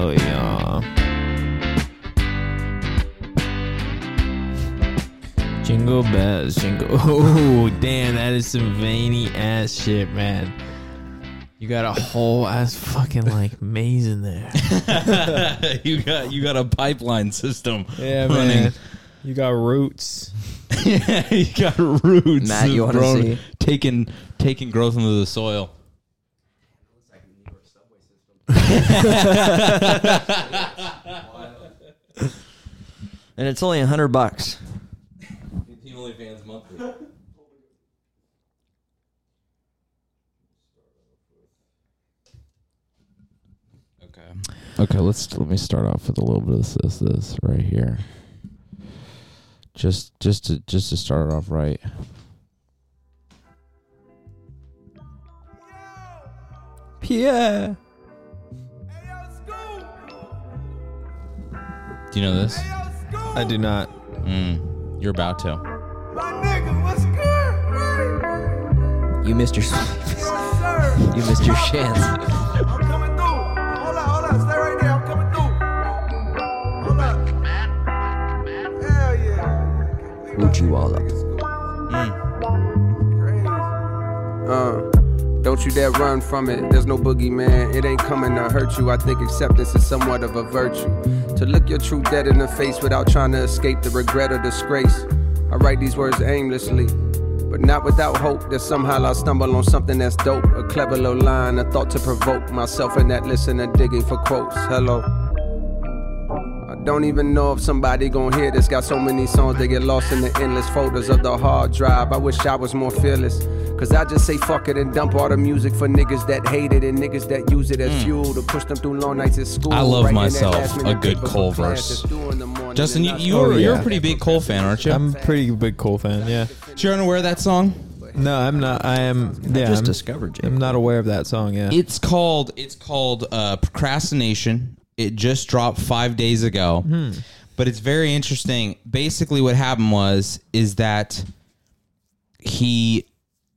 Oh, Jingle bells, jingle. Oh, damn, that is some veiny ass shit, man. You got a whole ass fucking like maze in there. you got you got a pipeline system. Yeah, running. man. You got roots. yeah, you got roots. Matt, you wanna grown- see? taking taking growth into the soil. and it's only a hundred bucks. Okay. Okay, let's let me start off with a little bit of this this right here. Just just to just to start it off right. Pierre. Do you know this? I do not. Mm, you're about to. You missed your you missed your chance. I'm coming through. Hold on, hold on. Stay right there. I'm coming through. Hold on. Hell yeah. Would you all up? Uh, don't you dare run from it. There's no boogeyman. It ain't coming to hurt you. I think acceptance is somewhat of a virtue. To look your true dead in the face without trying to escape the regret or disgrace. I write these words aimlessly, but not without hope that somehow I'll stumble on something that's dope. A clever little line, a thought to provoke myself and that listener digging for quotes. Hello. I don't even know if somebody gon' hear this. Got so many songs they get lost in the endless folders of the hard drive. I wish I was more fearless. Cause I just say fuck it and dump all the music for niggas that hate it and niggas that use it as fuel to push them through long nights at school. Mm. I love Writing that myself last minute a good paper for Cole class verse. that's due in the morning Justin, you, and I you start are, Oh, you're a yeah. pretty big Cole fan, aren't you? I'm a pretty big Cole fan, yeah. Sure unaware of that song? No, I'm not. I am. Yeah, Just I'm, discovered Jake. I'm not aware of that song, yeah. It's called it's called uh, procrastination. It just dropped five days ago, but it's very interesting. Basically, what happened was is that he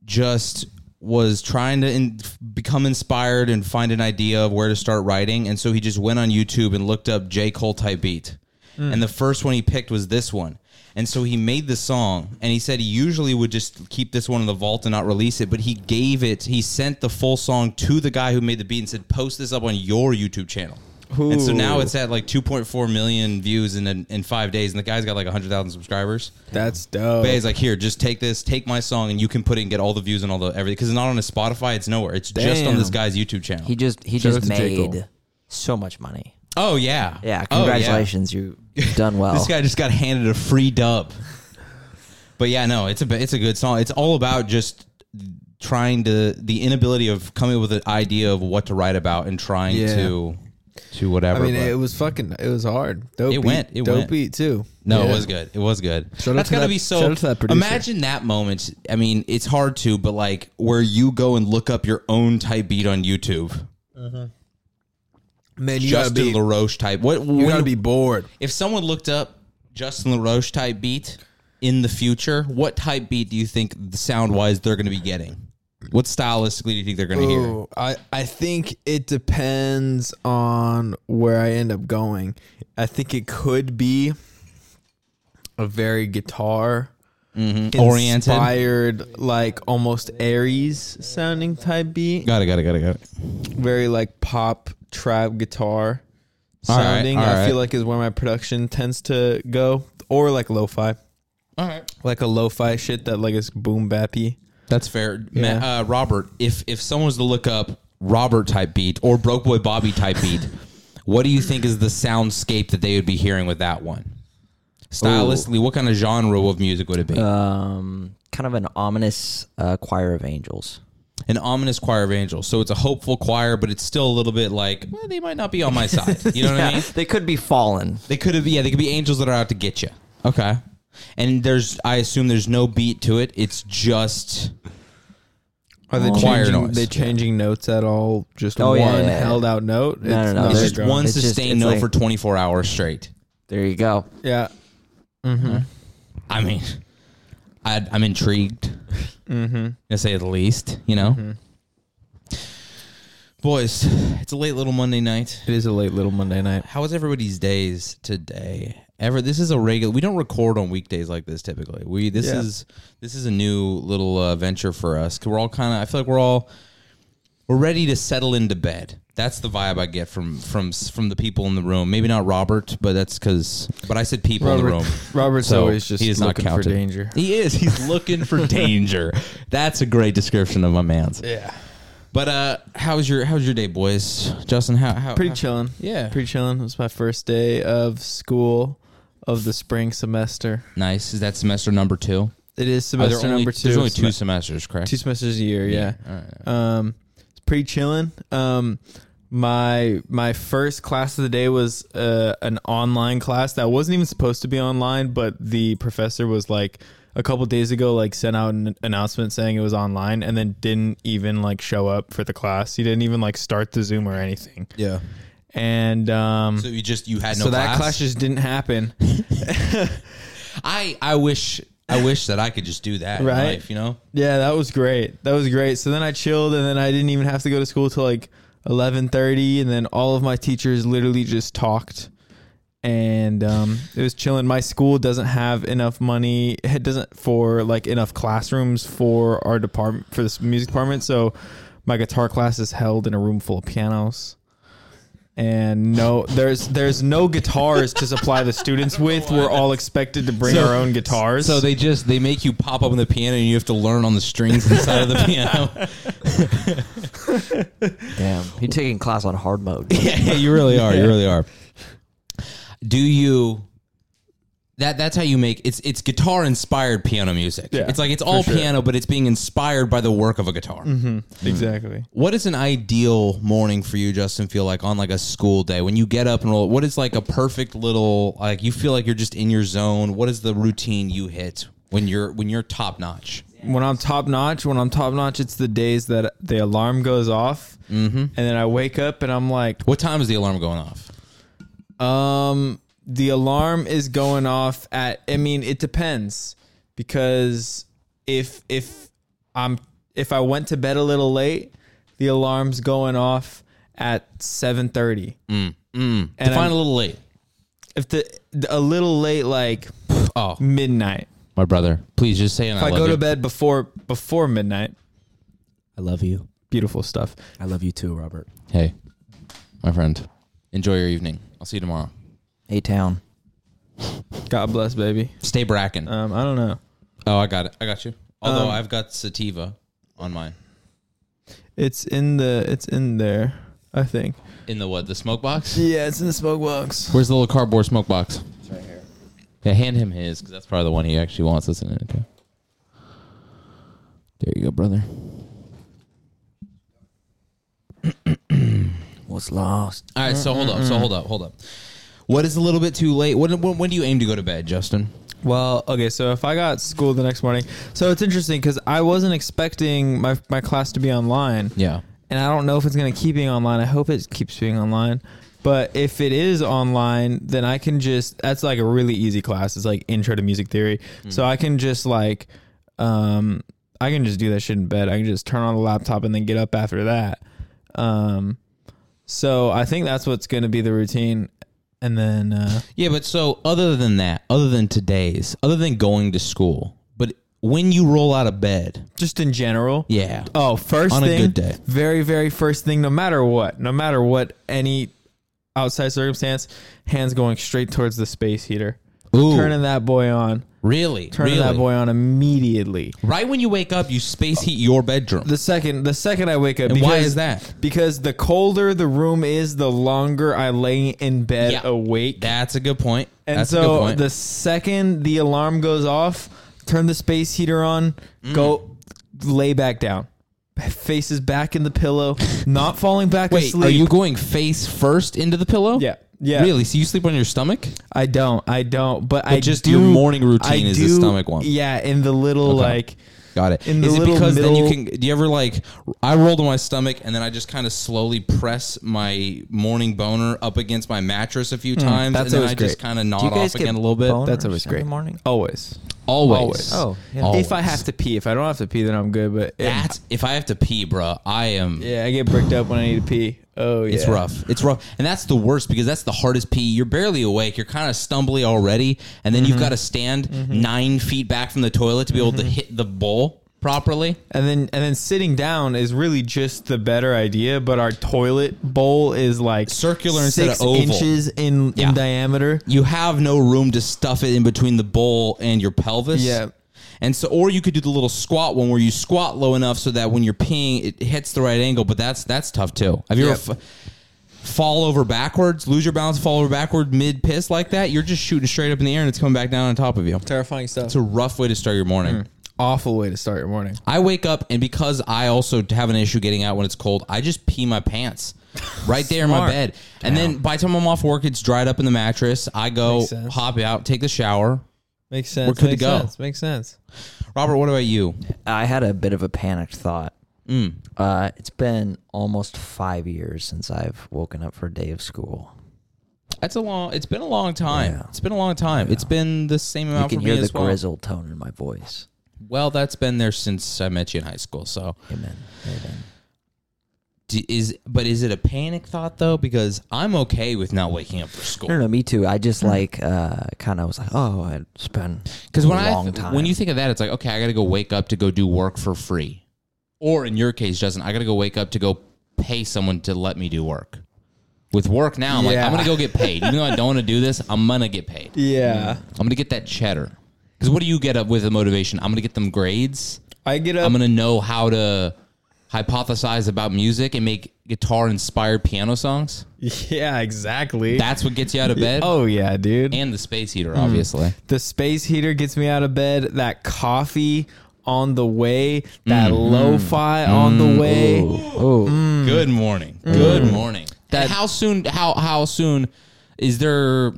just was trying to in, become inspired and find an idea of where to start writing, and so he just went on YouTube and looked up J Cole type beat, and the first one he picked was this one. And so he made the song, and he said he usually would just keep this one in the vault and not release it. But he gave it, he sent the full song to the guy who made the beat and said, "Post this up on your YouTube channel." And so now Ooh. it's at like 2.4 million views in in, in five days, and the guy's got like 100,000 subscribers. That's dope. Bay's like, here, just take this, take my song, and you can put it and get all the views and all the everything. Because it's not on his Spotify, it's nowhere. It's just on Damn. this guy's YouTube channel. He just he Shout just out to J. Cole. made so much money. oh yeah, Yeah, Oh, congratulations, you've done well. This guy just got handed a free dub. but yeah, no, it's a it's a good song. It's all about just trying to the inability of coming up with an idea of what to write about and trying Yeah. to to whatever. I mean, but- it was fucking, it was hard. Dope It beat, went, it dope went. beat too. No, Yeah. it was good. It was good. Shout out That's to gotta that- be so. shout out to that producer. Imagine that moment. I mean, it's hard to, but like where you go and look up your own type beat on YouTube, Man, you gotta Justin be, LaRoche type. What you when- gotta be bored. if someone looked up Justin LaRoche type beat in the future? What type beat do you think sound wise they're going to be getting? What stylistically do you think they're going to hear? Ooh, I, I think it depends on where I end up going. I think it could be a very guitar Mm-hmm. Oriented. inspired, like almost Aries sounding type beat. Got it. Got it. Got it. Got it. Very like pop trap guitar All right, sounding. all I feel right. like is where my production tends to go, or like lo-fi, All right. like a lo-fi shit that like is boom bappy. That's fair, Ma- Yeah. uh, Robert. If if someone was to look up Robert type beat or Broke Boy Bobby type beat, what do you think is the soundscape that they would be hearing with that one? Stylistically, what kind of genre of music would it be? um, kind of an ominous uh, choir of angels. An ominous choir of angels. So it's a hopeful choir, but it's still a little bit like well, they might not be on my side. You know what I mean? They could be fallen. They could have, yeah, they could be angels that are out to get you. Okay. And there's, I assume there's no beat to it. It's just Are they Oh. Choir changing? noise. They changing notes at all? Just Oh, one yeah, yeah, yeah. held out note. No, no, no. not It's a just drum. one It's just- sustained it's note like- for 24 hours straight. There you go. Yeah, I mean, i I'm intrigued. Mm-hmm. To say the least, you know. Boys, it's a late little Monday night. it is a late little Monday night. How was everybody's days today? Ever this is a regular. We don't record on weekdays like this typically. We this Yeah. is this is a new little uh, venture for us. we we're all kind of. I feel like we're all we're ready to settle into bed. That's the vibe I get from from s- from the people in the room. Maybe not Robert, but that's because. But I said people in the room. Robert's So always just he is not looking for counted. danger. He is. He's looking for danger. That's a great description of my man's. Yeah. But uh, how's your how's your day, boys? Justin, how how Pretty how- chilling. Yeah. Pretty chilling. It was my first day of school of the spring semester. nice. Is that semester number two? It is Are there semester only- number two. There's only two Sem- semesters, correct? two semesters a year, yeah. All right. Um, it's pretty chilling. Um, my my first class of the day was uh, an online class that wasn't even supposed to be online, but the professor was like a couple days ago like sent out an announcement saying it was online and then didn't even like show up for the class. He didn't even like start the Zoom or anything. Yeah. And um So you just you had no so that class class. just didn't happen. I I wish I wish that I could just do that in Right. life, you know? Yeah, that was great. That was great. So then I chilled, and then I didn't even have to go to school till like eleven thirty, and then all of my teachers literally just talked, and um, it was chilling. My school doesn't have enough money. It doesn't for like enough classrooms for our department for this music department. So my guitar class is held in a room full of pianos. And no, there's there's no guitars to supply the students with. We're all expected to bring So- our own guitars. So they just they make you pop up on the piano and you have to learn on the strings inside of the piano. Damn, you're taking class on hard mode. yeah, you really are. You really are. Do you that that's how you make it's it's guitar inspired piano music. Yeah, it's like it's all for sure. Mm-hmm. piano, but it's being inspired by the work of a guitar. exactly. What is an ideal morning for you, Justin? Feel like on like a school day when you get up and roll. What is like a perfect little like you feel like you're just in your zone. What is the routine you hit when you're when you're top notch? when I'm top notch, when I'm top notch, it's the days that the alarm goes off, and then I wake up and I'm like, What time is the alarm going off? um, the alarm is going off at. I mean, it depends because if if I'm if I went to bed a little late, the alarm's going off at seven thirty. Mm. And Define I'm- a little late. If the a little late, like Oh, midnight. my brother, please just say. And If I, love go you. to bed before before midnight, I love you. beautiful stuff. I love you too, Robert. Hey, my friend, enjoy your evening. I'll see you tomorrow. A town. God bless, baby. Stay bracken. Um, I don't know. oh, I got it. I got you. Although um, I've got sativa on mine. It's in the it's in there, I think. In the what? The smoke box? Yeah, it's in the smoke box. Where's the little cardboard smoke box? It's right here. Yeah, hand him his because that's probably the one he actually wants us in it. too. There you go, brother. What's lost? All right, so hold up. So hold up. Hold up. What is a little bit too late? When, when, when do you aim to go to bed, Justin? Well, okay, so if I got school the next morning, so it's interesting because I wasn't expecting my my class to be online, Yeah. and I don't know if it's gonna keep being online. I hope it keeps being online. But if it is online, then I can just that's like a really easy class. It's like intro to music theory, so I can just like, um, I can just do that shit in bed. I can just turn on the laptop and then get up after that. Um, so I think that's what's going to be the routine, and then uh, Yeah, but so other than that, other than today's, other than going to school, but when you roll out of bed, just in general. yeah, Oh, first On a thing, good day. very very first thing. No matter what, no matter what any outside circumstance, hands going straight towards the space heater. Ooh. Turning that boy on. really, Turning really. that boy on immediately. Right when you wake up, you space heat your bedroom. The second the second I wake up. And why is that? Because the colder the room is, the longer I lay in bed Yeah. awake. That's a good point. And That's a good so point. the second the alarm goes off, turn the space heater on, Mm. go lay back down. Faces back in the pillow, not falling back Wait, asleep. are you going face first into the pillow? Yeah. Yeah. Really? So you sleep on your stomach? I don't. I don't. But, I just do, your morning routine I is the do- stomach one. Yeah, in the little Okay. like Got it. In the Is it little because then middle- you can? Do you ever like? I rolled on my stomach and then I just kind of slowly press my morning boner up against my mattress a few times, Hmm. that's and then always I just great. kind of nod off again a little bit. That's always great. In the morning. always. always. Always. Oh, yeah. Always. If I have to pee, if I don't have to pee, then I'm good. But if- That's if I have to pee, bro. I am. yeah, I get bricked up when I need to pee. Oh yeah. It's rough. It's rough. And that's the worst because that's the hardest pee. You're barely awake. You're kind of stumbly already. And then you've Mm-hmm. got to stand nine feet back from the toilet to be able to hit the bowl properly. And then and then sitting down is really just the better idea, but our toilet bowl is like Circular instead of six oval. inches in, Yeah. in diameter. You have no room to stuff it in between the bowl and your pelvis. Yeah. And so, or you could do the little squat one where you squat low enough so that when you're peeing, it hits the right angle. But that's that's tough too. Have you ever f- fall over backwards, lose your balance, fall over backward mid piss like that? You're just shooting straight up in the air and it's coming back down on top of you. Terrifying stuff. It's a rough way to start your morning. Hmm. awful way to start your morning. I wake up and because I also have an issue getting out when it's cold, I just pee my pants right there in my Smart. bed. And then by the time I'm off work, it's dried up in the mattress. I go Makes sense. hop out, take the shower. Makes sense. We're good to makes go. sense. Makes sense. Robert, what about you? I had a bit of a panicked thought. Uh, it's been almost five years since I've woken up for a day of school. That's a long. It's been a long time. Yeah. It's been a long time. It's been the same You amount can for hear me the as well. grizzle tone in my voice. Well, that's been there since I met you in high school. So Amen. Amen. D- is but is it a panic thought though? Because I'm okay with not waking up for No, school. no, me too. I just like uh, kind of was like, oh, I spent Because when a I long th- time. when you think of that, it's like okay, I got to go wake up to go do work for free, or in your case, Justin, I got to go wake up to go pay someone to let me do work. With work now, I'm like Yeah. I'm gonna go get paid. Even though I don't want to do this, I'm gonna get paid. Yeah. I'm gonna get that cheddar. Because what do you get up with the motivation? I'm gonna get them grades. I get up I'm gonna know how to hypothesize about music and make guitar inspired piano songs. Yeah, exactly. That's what gets you out of bed. oh yeah, dude. and the space heater, obviously. Hmm. the space heater gets me out of bed. That coffee on the way. Mm-hmm. That lo-fi on Mm, the way. Good morning. Good morning. Mm. That how soon? How how soon is there? Do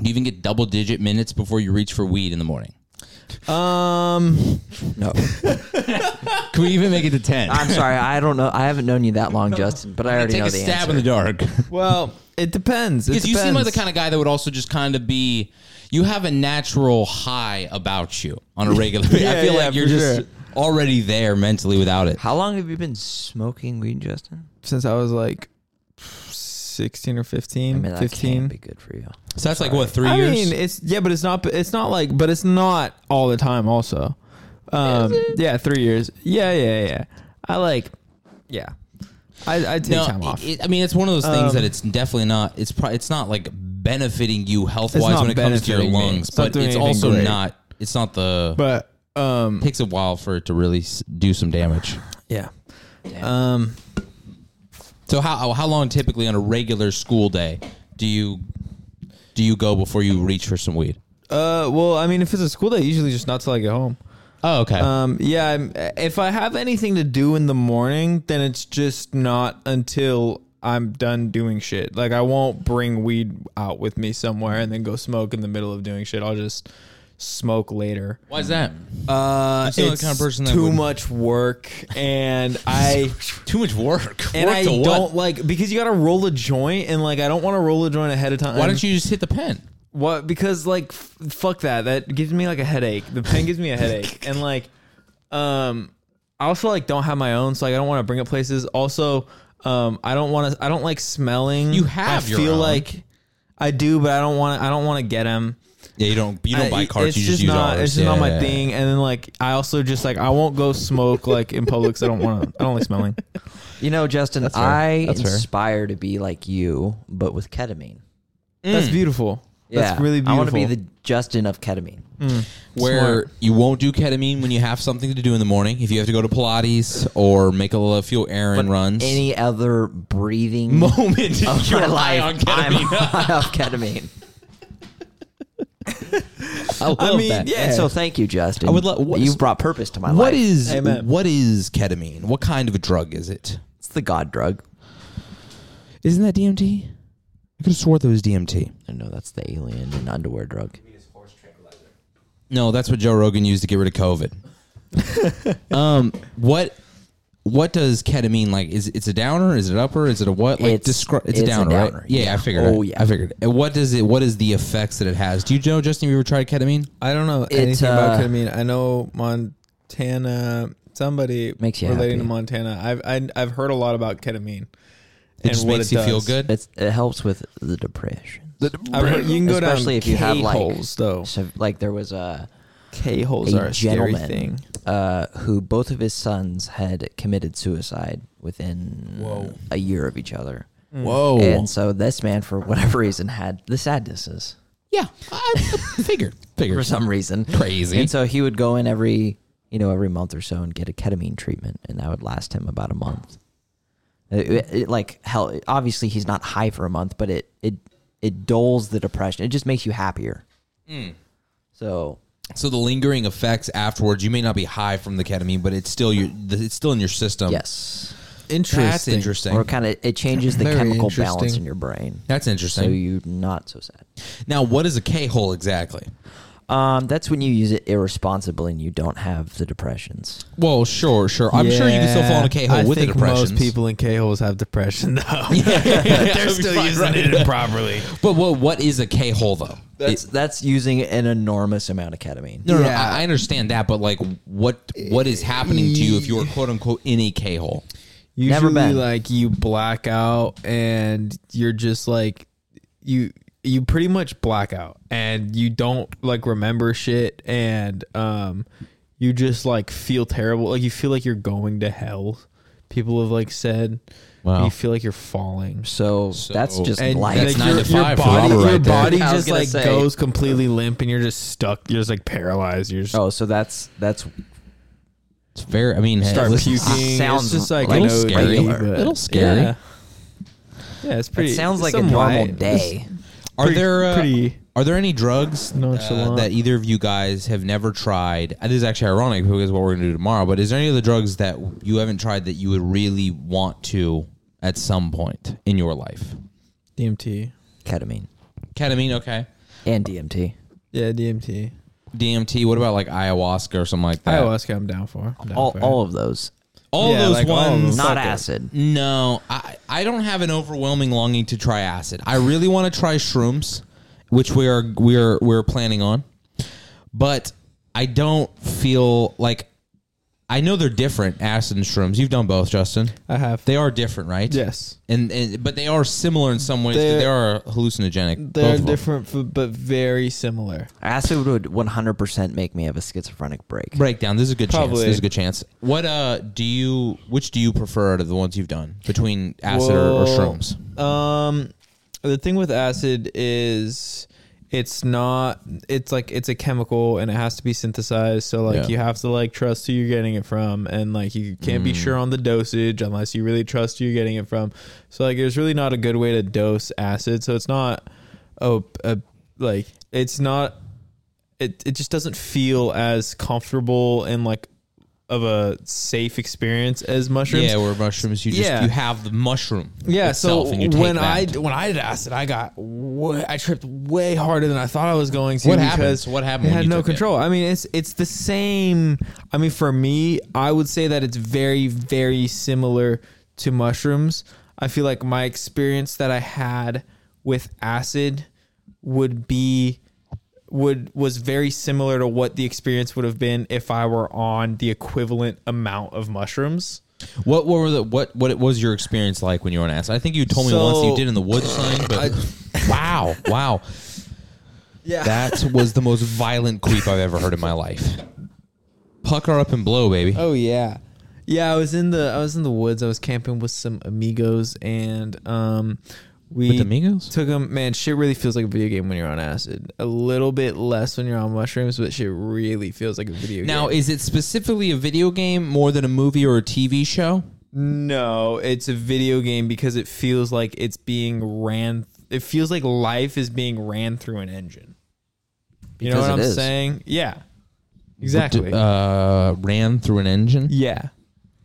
you even get double digit minutes before you reach for weed in the morning? Um, no, Can we even make it to ten? I'm sorry, I don't know. I haven't known you that long, Justin, but I already Take know a the stab answer. in the dark. well, it depends. It Because you seem like the depends. kind of guy that would also just kind of be. You have a natural high about you on a regular. I Yeah, feel yeah, like you're for just sure. already there mentally without it. How long have you been smoking weed, Justin? since I was like 16 or 15, I mean, that 15. can't be good for you. So that's like what three I years. mean, it's yeah, but it's not it's not like but it's not all the time also. Um yeah, 3 years. Yeah, yeah, yeah. I like yeah. I I take no, time off. it- I mean it's one of those things Um, that it's definitely not. It's pro- it's not like benefiting you health wise not when it comes to your benefiting me. lungs, It's not but doing it's anything also great. not. It's not the. but um takes a while for it to really s- do some damage. yeah. Um So how how long typically on a regular school day do you do you go before you reach for some weed? uh well, I mean if it's a school day, usually just not till I get home. Oh okay. Um, yeah, I'm, if I have anything to do in the morning, then it's just not until I'm done doing shit. Like I won't bring weed out with me somewhere and then go smoke in the middle of doing shit. I'll just smoke later. Why is that? Uh, seem like it's the kind of person that too would- much work, and I Too much work. and work I to what? don't like because you got to roll a joint, and like I don't want to roll a joint ahead of time. Why don't you just hit the pen? What? Because like, f- fuck that. That gives me like a headache. The pen gives me a headache, and like, um, I also like don't have my own, so like I don't want to bring it places. Also, um, I don't want to. I don't like smelling. You have I your feel own. like I do, but I don't want. to I don't want to get them. Yeah, you don't you don't buy cards. It's You just, use not. ours. It's just Yeah, not my yeah, yeah. thing. And then like, I also just like I won't go smoke like in public. 'cause I don't want to. I don't like smelling. You know, Justin, fair. I That's fair. aspire to be like you, but with ketamine. Mm. That's beautiful. That's really beautiful. I want to be the Justin of ketamine. where you won't do ketamine when you have something to do in the morning. If you have to go to Pilates or make a, little- a few errand runs, Any other breathing moment of you my rely life, on I'm ketamine. high off ketamine. I love I mean, that. yeah. And so, thank you, Justin. I would lo- what- you brought purpose to my life. What is Amen. what is ketamine? What kind of a drug is it? it's the God drug? Isn't that DMT? I could have swore that was DMT. I know that's the alien and underwear drug. No, that's what Joe Rogan used to get rid of COVID. um, what what does ketamine like? Is it's a downer? Is it upper? Is it a what? Like It's- descri- it's, it's a a downer, right? downer, Yeah, I figured. Oh, it. yeah. I figured. It. And what does it? What is the effects that it has? Do you know, Justin? Have you ever tried ketamine? I don't know It, anything about uh, ketamine. I know Montana. Somebody Makes you relating happy. to Montana. I've I, I've heard a lot about ketamine. It and just what makes it you feel does. good. It's, it helps with the depression. I've heard- you can go Especially down if you have, K like- holes though. So, like there was a K holes a are a gentleman scary thing. Uh, who both of his sons had committed suicide within Whoa. a year of each other. Hmm. Oh. Whoa. And so this man, for whatever reason, had the sadnesses yeah. I, I figured. Figured. for some reason. Crazy. And so he would go in every, you know, every month or so and get a ketamine treatment, and that would last him about a month. It, it- it, like hell, obviously he's not high for a month, but it it it dulls the depression. It just makes you happier. So So the lingering effects afterwards, you may not be high from the ketamine, but it's still your it's still in your system. yes, Interesting. That's interesting. or kind of it changes the Very chemical balance interesting. in your brain, That's so interesting. you're not so sad. now, what is a K hole exactly? Um, that's when you use it irresponsibly and you don't have the depressions. Well, sure, sure. I'm sure you can still fall in a K hole with I the think depression. most people in K holes have depression though. They're still using it improperly. But what what is a K hole though? That's that's using an enormous amount of ketamine. No, no, no Yeah. I, I understand that, but like, what what is happening to you if you're quote unquote in a K hole? Usually, Never been. like you black out and you're just like you you pretty much black out and you don't like remember shit and um you just like feel terrible like you feel like you're going to hell. People have like said Wow. you feel like you're falling. So, that's just And life. That's like nine your, to your five for body, Robert your right there. body I was just gonna like say- goes completely limp and you're just stuck. You're just like paralyzed. You're just oh, so that's that's It's very. I mean, start it's- puking. sounds it's just like like an little OD, scary. but- Little scary. Yeah. Yeah, it's it pretty. sounds like a some normal light. day. Are Pretty- there uh, pretty- are there any drugs uh, Nonchalant. that either of you guys have never tried? It is actually ironic because what we're gonna do tomorrow. But is there any of the drugs that you haven't tried that you would really want to at some point in your life? DMT. Ketamine Ketamine, okay. and DMT. Yeah, DMT. DMT. What about like ayahuasca or something like that? Ayahuasca, I'm down for. I'm down All for. all of those, All Yeah, those like all of them. ones. Suck not it. acid. No, I, I don't have an overwhelming longing to try acid. I really want to try shrooms, which we are we are we're planning on. But I don't feel like I know they're different acid and shrooms. You've done both, Justin. I have. They are different, right? Yes. And, and but they are similar in some ways. 'cause They're- they are hallucinogenic. both They're of them. different, f- but very similar. Acid would 100% make me have a schizophrenic break. Breakdown. There's a good chance. Probably. There's a good chance. What uh do you which do you prefer out of the ones you've done between acid or, or Well, shrooms? Um, the thing with acid is it's not. It's like it's a chemical, and it has to be synthesized. So like Yeah. you have to like trust who you're getting it from, and like you can't be sure on the dosage unless you really trust who you're getting it from. So like there's really not a good way to dose acid. So it's not. Oh, uh, like it's not. It it just doesn't feel as comfortable and like of a safe experience as mushrooms. Yeah, where mushrooms you just Yeah. you have the mushroom. Yeah, itself so and you take when that. I when I did acid, I got way, I tripped way harder than I thought I was going to. What happened? because What happened I when had you no took it? control. I mean, it's it's the same. I mean, for me, I would say that it's very very similar to mushrooms. I feel like my experience that I had with acid would be would was very similar to what the experience would have been if I were on the equivalent amount of mushrooms. what what were the what what was your experience like when you were on acid? I think you told me So- once that you did in the woods thing, but wow, wow, Yeah. that was the most violent creep I've ever heard in my life. Pucker up and blow, baby. Oh yeah. Yeah, I was in the I was in the woods. I was camping with some amigos and um we With amigos? took them man, shit really feels like a video game when you're on acid. A little bit less when you're on mushrooms, but shit really feels like a video Now, game. is it specifically a video game more than a movie or a TV show? No, it's a video game because it feels like it's being ran it feels like life is being ran through an engine. You know Because what it I'm is. saying? Yeah. Exactly. Uh, ran through an engine. yeah.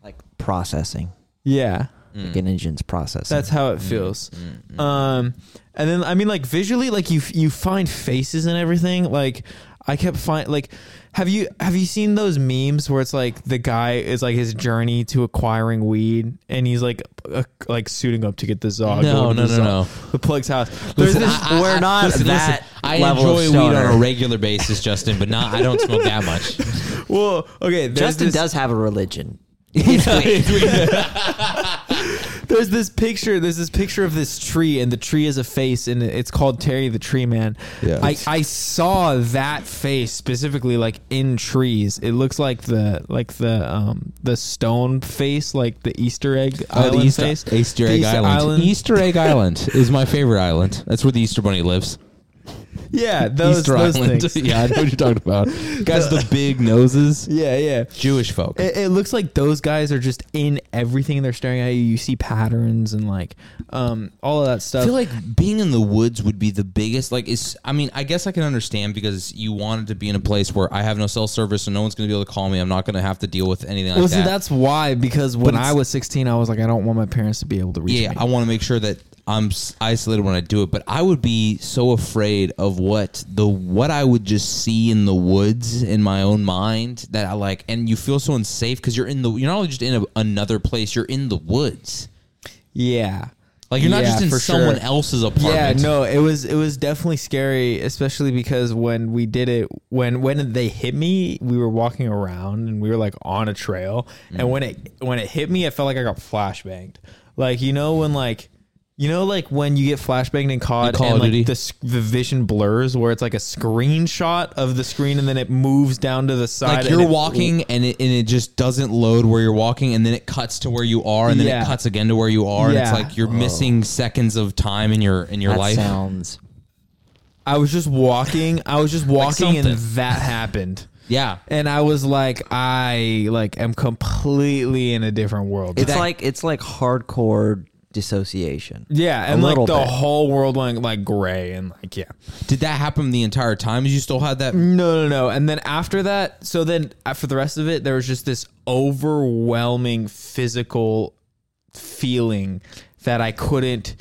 Like processing. Yeah. Like an engine's processing. That's how Mm, it feels. Um, and then I mean, like visually, like you you find faces and everything. Like I kept find like, have you have you seen those memes where it's like the guy is like his journey to acquiring weed, and he's like uh, like suiting up to get the zog. No, going to no, the no, Zog, The plug's house. There's Listen, this. I- I- we're I- not that I level of enjoy weed on stoner. a regular basis, Justin, but not I don't smoke that much. Well, okay. There's Justin this, does have a religion. It's weed. there's this picture. There's this picture of this tree, and the tree is a face, and it's called Terry the Tree Man. Yeah. I, I saw that face specifically, like in trees. It looks like the like the um the stone face, like the Easter egg Oh, island the Easter, face. Easter The Egg Easter Island. Island. Easter Egg Island is my favorite island. That's where the Easter Bunny lives. Yeah, those, Easter those Island. things. yeah, I know what you're talking about. Guys, the big noses. Yeah, yeah. Jewish folk. It, it looks like those guys are just in everything, and they're staring at you. You see patterns and like um all of that I stuff. feel like being in the woods would be the biggest. Like, it's. I mean, I guess I can understand because you wanted to be in a place where I have no cell service and no one's going to be able to call me. I'm not going to have to deal with anything like well, that. see, that's why because when it's- I was 16, I was like, I don't want my parents to be able to reach yeah, me. I want to make sure that I'm s- isolated when I do it. But I would be so afraid of what the what I would just see in the woods in my own mind that I like, and you feel so unsafe because you're in the you're not only just in a, another place, you're in the woods. yeah, Like you're not Yeah, just in for someone sure. else's apartment. Yeah, no, it was it was definitely scary, especially because when we did it, when when they hit me, we were walking around and we were like on a trail, Mm. and when it when it hit me, I felt like I got flashbanged. Like you know when like you know like when you get flashbanged in COD Call and of like Duty? the s- the vision blurs where it's like a screenshot of the screen and then it moves down to the side. Like and you're it- walking and it, and it just doesn't load where you're walking, and then it cuts to where you are, and then Yeah. it cuts again to where you are, and it's Yeah. Oh. like you're missing seconds of time in your in your That life. sounds. I was just walking. I was just walking, and something. that happened. Yeah, and I was like, I like am completely in a different world. It's like it's like hardcore dissociation. yeah, and a like the little bit. whole world went like gray and like yeah. did that happen the entire time? You still had that No, no, no. And then after that, so then uh, for the rest of it, there was just this overwhelming physical feeling that I couldn't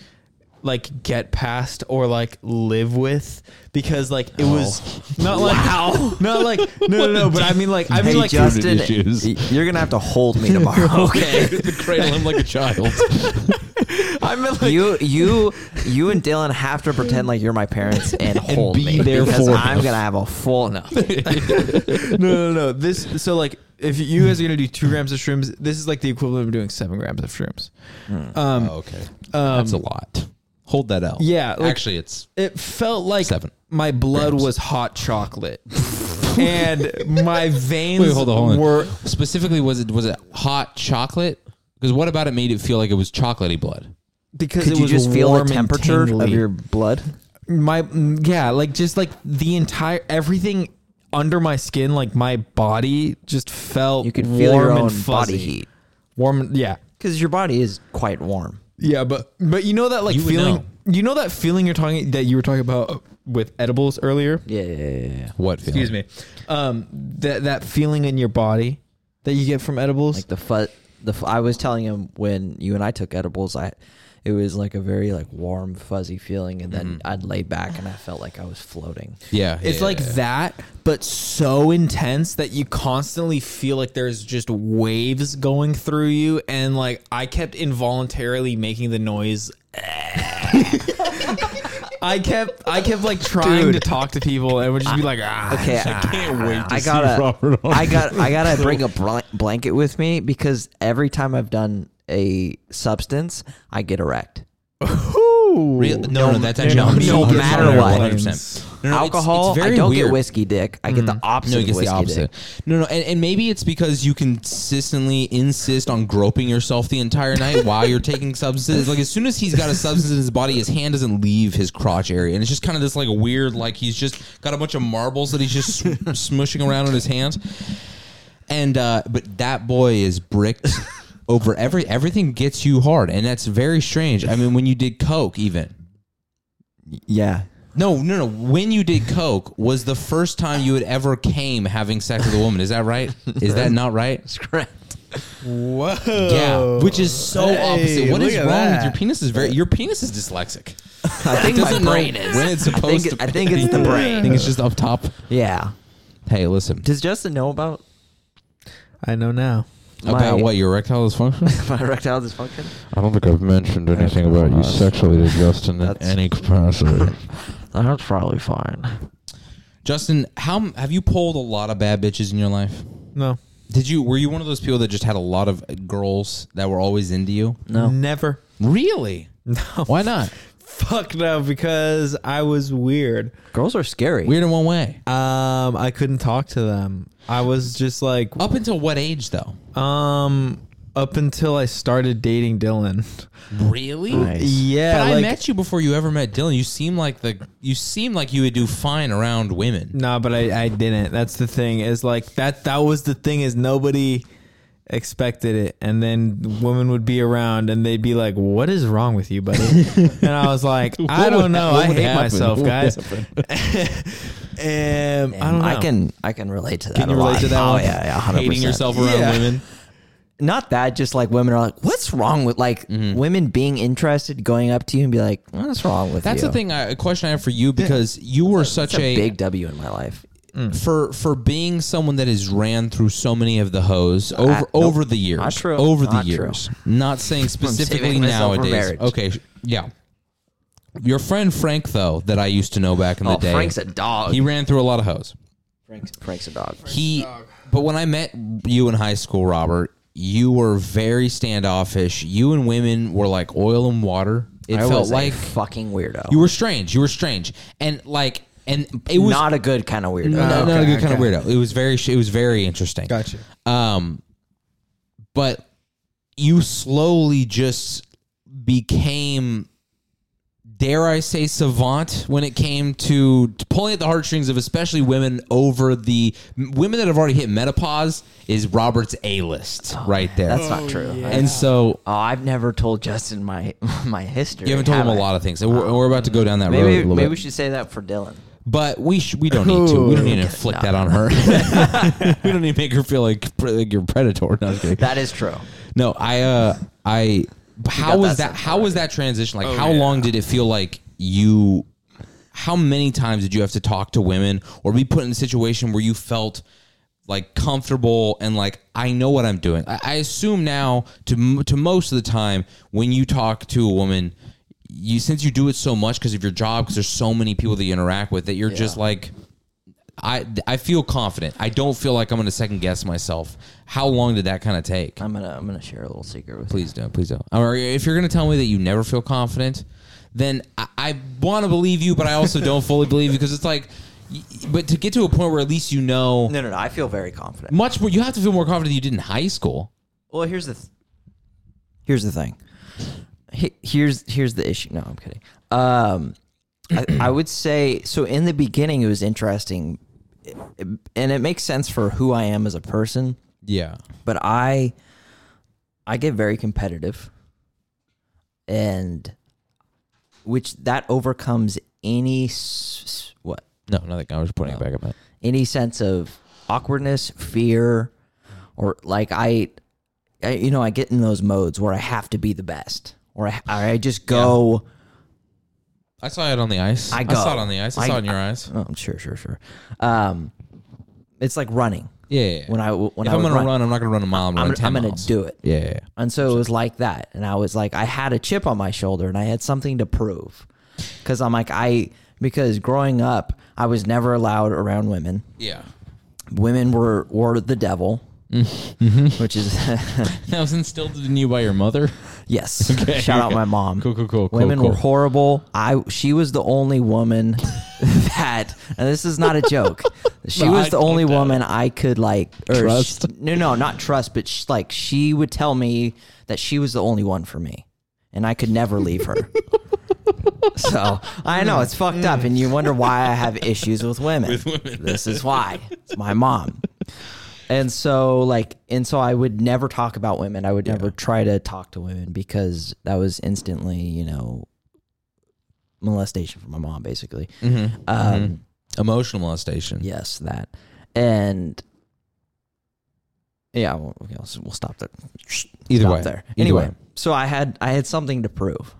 like get past or like live with because like it was not like how not like no no no but I mean like I mean hey like Justin, issues. y- you're gonna have to hold me tomorrow. Okay. the cradle him like a child. I meant like you you you and Dylan have to pretend like you're my parents and hold be me there because for I'm them. gonna have a full no. no, no, no. This so like if you guys are gonna do two grams of shrooms, this is like the equivalent of doing seven grams of shrooms. Um, Oh, okay, um that's a lot. Hold that out. yeah, like, actually, it's it felt like Seven my blood grams. was hot chocolate, and my veins Wait, hold on, hold on. were specifically was it was it hot chocolate? Because what about it made it feel like it was chocolatey blood? because Could it you was just feel warm the and temperature of tingly. your blood? my mm, yeah like just like the entire everything under my skin like my body just felt You could feel your warm and own fuzzy. body heat warm and- yeah because your body is quite warm. Yeah, but but you know that like You would feeling. know. You know that feeling you're talking that you were talking about with edibles earlier. Yeah, yeah, yeah, yeah. What? Excuse me. Um, that that feeling in your body that you get from edibles. Like the fuzz. The fu- I was telling him when you and I took edibles, I it was like a very like warm fuzzy feeling, and then I'd lay back and I felt like I was floating. Yeah, it's like that, but so intense that you constantly feel like there's just waves going through you, and like I kept involuntarily making the noise. I kept I kept like trying to talk to people and would just be like, ah, Okay, ah. I can't wait. to I see gotta, Robert on I got, I gotta bring a bl- blanket with me because every time I've done a substance, I get erect. Real, no, no, that's actually no, on me. no matter 100%. what. No, no, it's- Alcohol, it's very I don't weird. get whiskey dick. I get the opposite. No, it of gets whiskey the opposite. Dick. No, no, and, and maybe it's because you consistently insist on groping yourself the entire night while you're taking substances. Like as soon as he's got a substance in his body, his hand doesn't leave his crotch area, and it's just kind of this like weird, like he's just got a bunch of marbles that he's just sm- smushing around in his hands. And uh, but that boy is bricked over every everything gets you hard, and that's very strange. I mean, when you did coke, even. Yeah, No, no, no. When you did coke was the first time you had ever came having sex with a woman. Is that right? Is that not right? correct. Whoa. Yeah, which is so Hey, opposite. What look is at wrong that. with your penis? Is very your penis is dyslexic. I think my doesn't know brain is. when it's I think, supposed it- to I be. think it's the I brain. think it's just up top. Yeah. Hey, listen Does Justin know about I know now. about my- what your erectile dysfunction. my erectile dysfunction? I don't think I've mentioned anything about you sexually to Justin in That's- any capacity. That's probably fine. Justin, how m- have you pulled a lot of bad bitches in your life? No. Did you were you one of those people that just had a lot of girls that were always into you? No. Never. Really? Why not? Fuck no, because I was weird. Girls are scary. Weird in one way. Um, I couldn't talk to them. I was just like, Up until what age though? um, up until I started dating Dylan. Really? yeah, But I like, met you before you ever met Dylan. You seem like the you seem like you would do fine around women. Nah, but I, I didn't. That's the thing. Is like that. That was the thing. Is nobody expected it, and then women would be around, and they'd be like, "What is wrong with you, buddy?" and I was like, "I What don't would- know. what I would hate happen? myself, What would guys." happen? and Damn, I don't know. can I can relate to that. Can a you relate lot. to that Oh one? yeah, yeah, hundred Hating yourself around Yeah. women. Not that, just like women are like, what's wrong with like women being interested, going up to you and be like, what's wrong with That's you? the thing. I, a question I have for you because you were such mm, It's a big W in my life. for for being someone that has ran through so many of the hoes over Uh, nope. over the years. Not true. Over Not the true. years. Not saying specifically saving myself for nowadays. marriage. Okay. sh- Yeah. Your friend Frank though, that I used to know back in Oh, the day. Frank's a dog. he ran through a lot of hoes. Frank's, Frank's a dog. He but when I met you in high school, Robert, you were very standoffish. You and women were like oil and water. It I felt was like a fucking weirdo. you were strange. You were strange. And like and it was not a good kind of weirdo. no, not a good kind of weirdo. It was very, sh- it was very interesting. Gotcha. Um, but you slowly just became, dare I say, savant when it came to, to pulling at the heartstrings of especially women over the m- women that have already hit menopause is Robert's A list right there. Oh, That's not true. and so Oh, I've never told Justin my my history. you haven't told him have a I? lot of things. And We're, we're about to go down that road a Maybe little maybe bit. we should say that for Dylan. But we sh- we don't need to. We don't need to inflict that on her. we don't need to make her feel like, pre- like you're a predator. No, I'm kidding. That is true. no I uh I how got was that that sense how was that transition? Like how long did it feel like you how many times did you have to talk to women or be put in a situation where you felt like comfortable and like I know what I'm doing. I, I assume now to m- to most of the time when you talk to a woman, you since you do it so much because of your job, because there's so many people that you interact with that you're just like I I feel confident. I don't feel like I'm going to second guess myself. How long did that kind of take? I'm gonna I'm gonna share a little secret with you. Please don't. Please don't. Or if you're going to tell me that you never feel confident, then I, I want to believe you, but I also don't fully believe you because it's like, y- but to get to a point where at least you know No, no, no. I feel very confident. much more, you have to feel more confident than you did in high school. Well, here's the th- here's the thing. He- Here's here's the issue. No, I'm kidding. Um, I, I would say so. In the beginning, it was interesting, and it makes sense for who I am as a person. Yeah. But I, I get very competitive, and which that overcomes any s- s- what No, nothing. I was putting it back up. any sense of awkwardness, fear, or like I, I you know, I get in those modes where I have to be the best, or I, or I just go. I saw it on the ice. I I, go. saw it on the ice. I, I- saw it in your eyes. Oh, sure, sure, sure. Um, it's like running. Yeah. yeah, yeah. When I when if I I'm would going to run, I'm not going to run a mile. I'm, I'm, going gonna- to I'm gonna miles. do it. Yeah. yeah, yeah. And so it was like that, and I was like, I had a chip on my shoulder, and I had something to prove, because I'm like I because growing up, I was never allowed around women. Yeah. Women were were the devil, Mm-hmm. which is That was instilled in you by your mother. Yes. Shout out my mom. Cool, cool, cool, cool, Women cool. were horrible. I she was the only woman that and this is not a joke. She No, was I the get only that. woman I could like or Trust. sh- no, no, not trust, but sh- like she would tell me that she was the only one for me, and I could never leave her. so I know it's fucked up, and you wonder why I have issues with women. This is why. It's my mom. And so like and so I would never talk about women. I would never try to talk to women because that was instantly, you know, molestation from my mom basically. Um Mm-hmm. Emotional molestation. yes, that. And yeah, we'll, okay, I'll- we'll stop there. Either stop way. there. Either Anyway, way. so I had I had something to prove.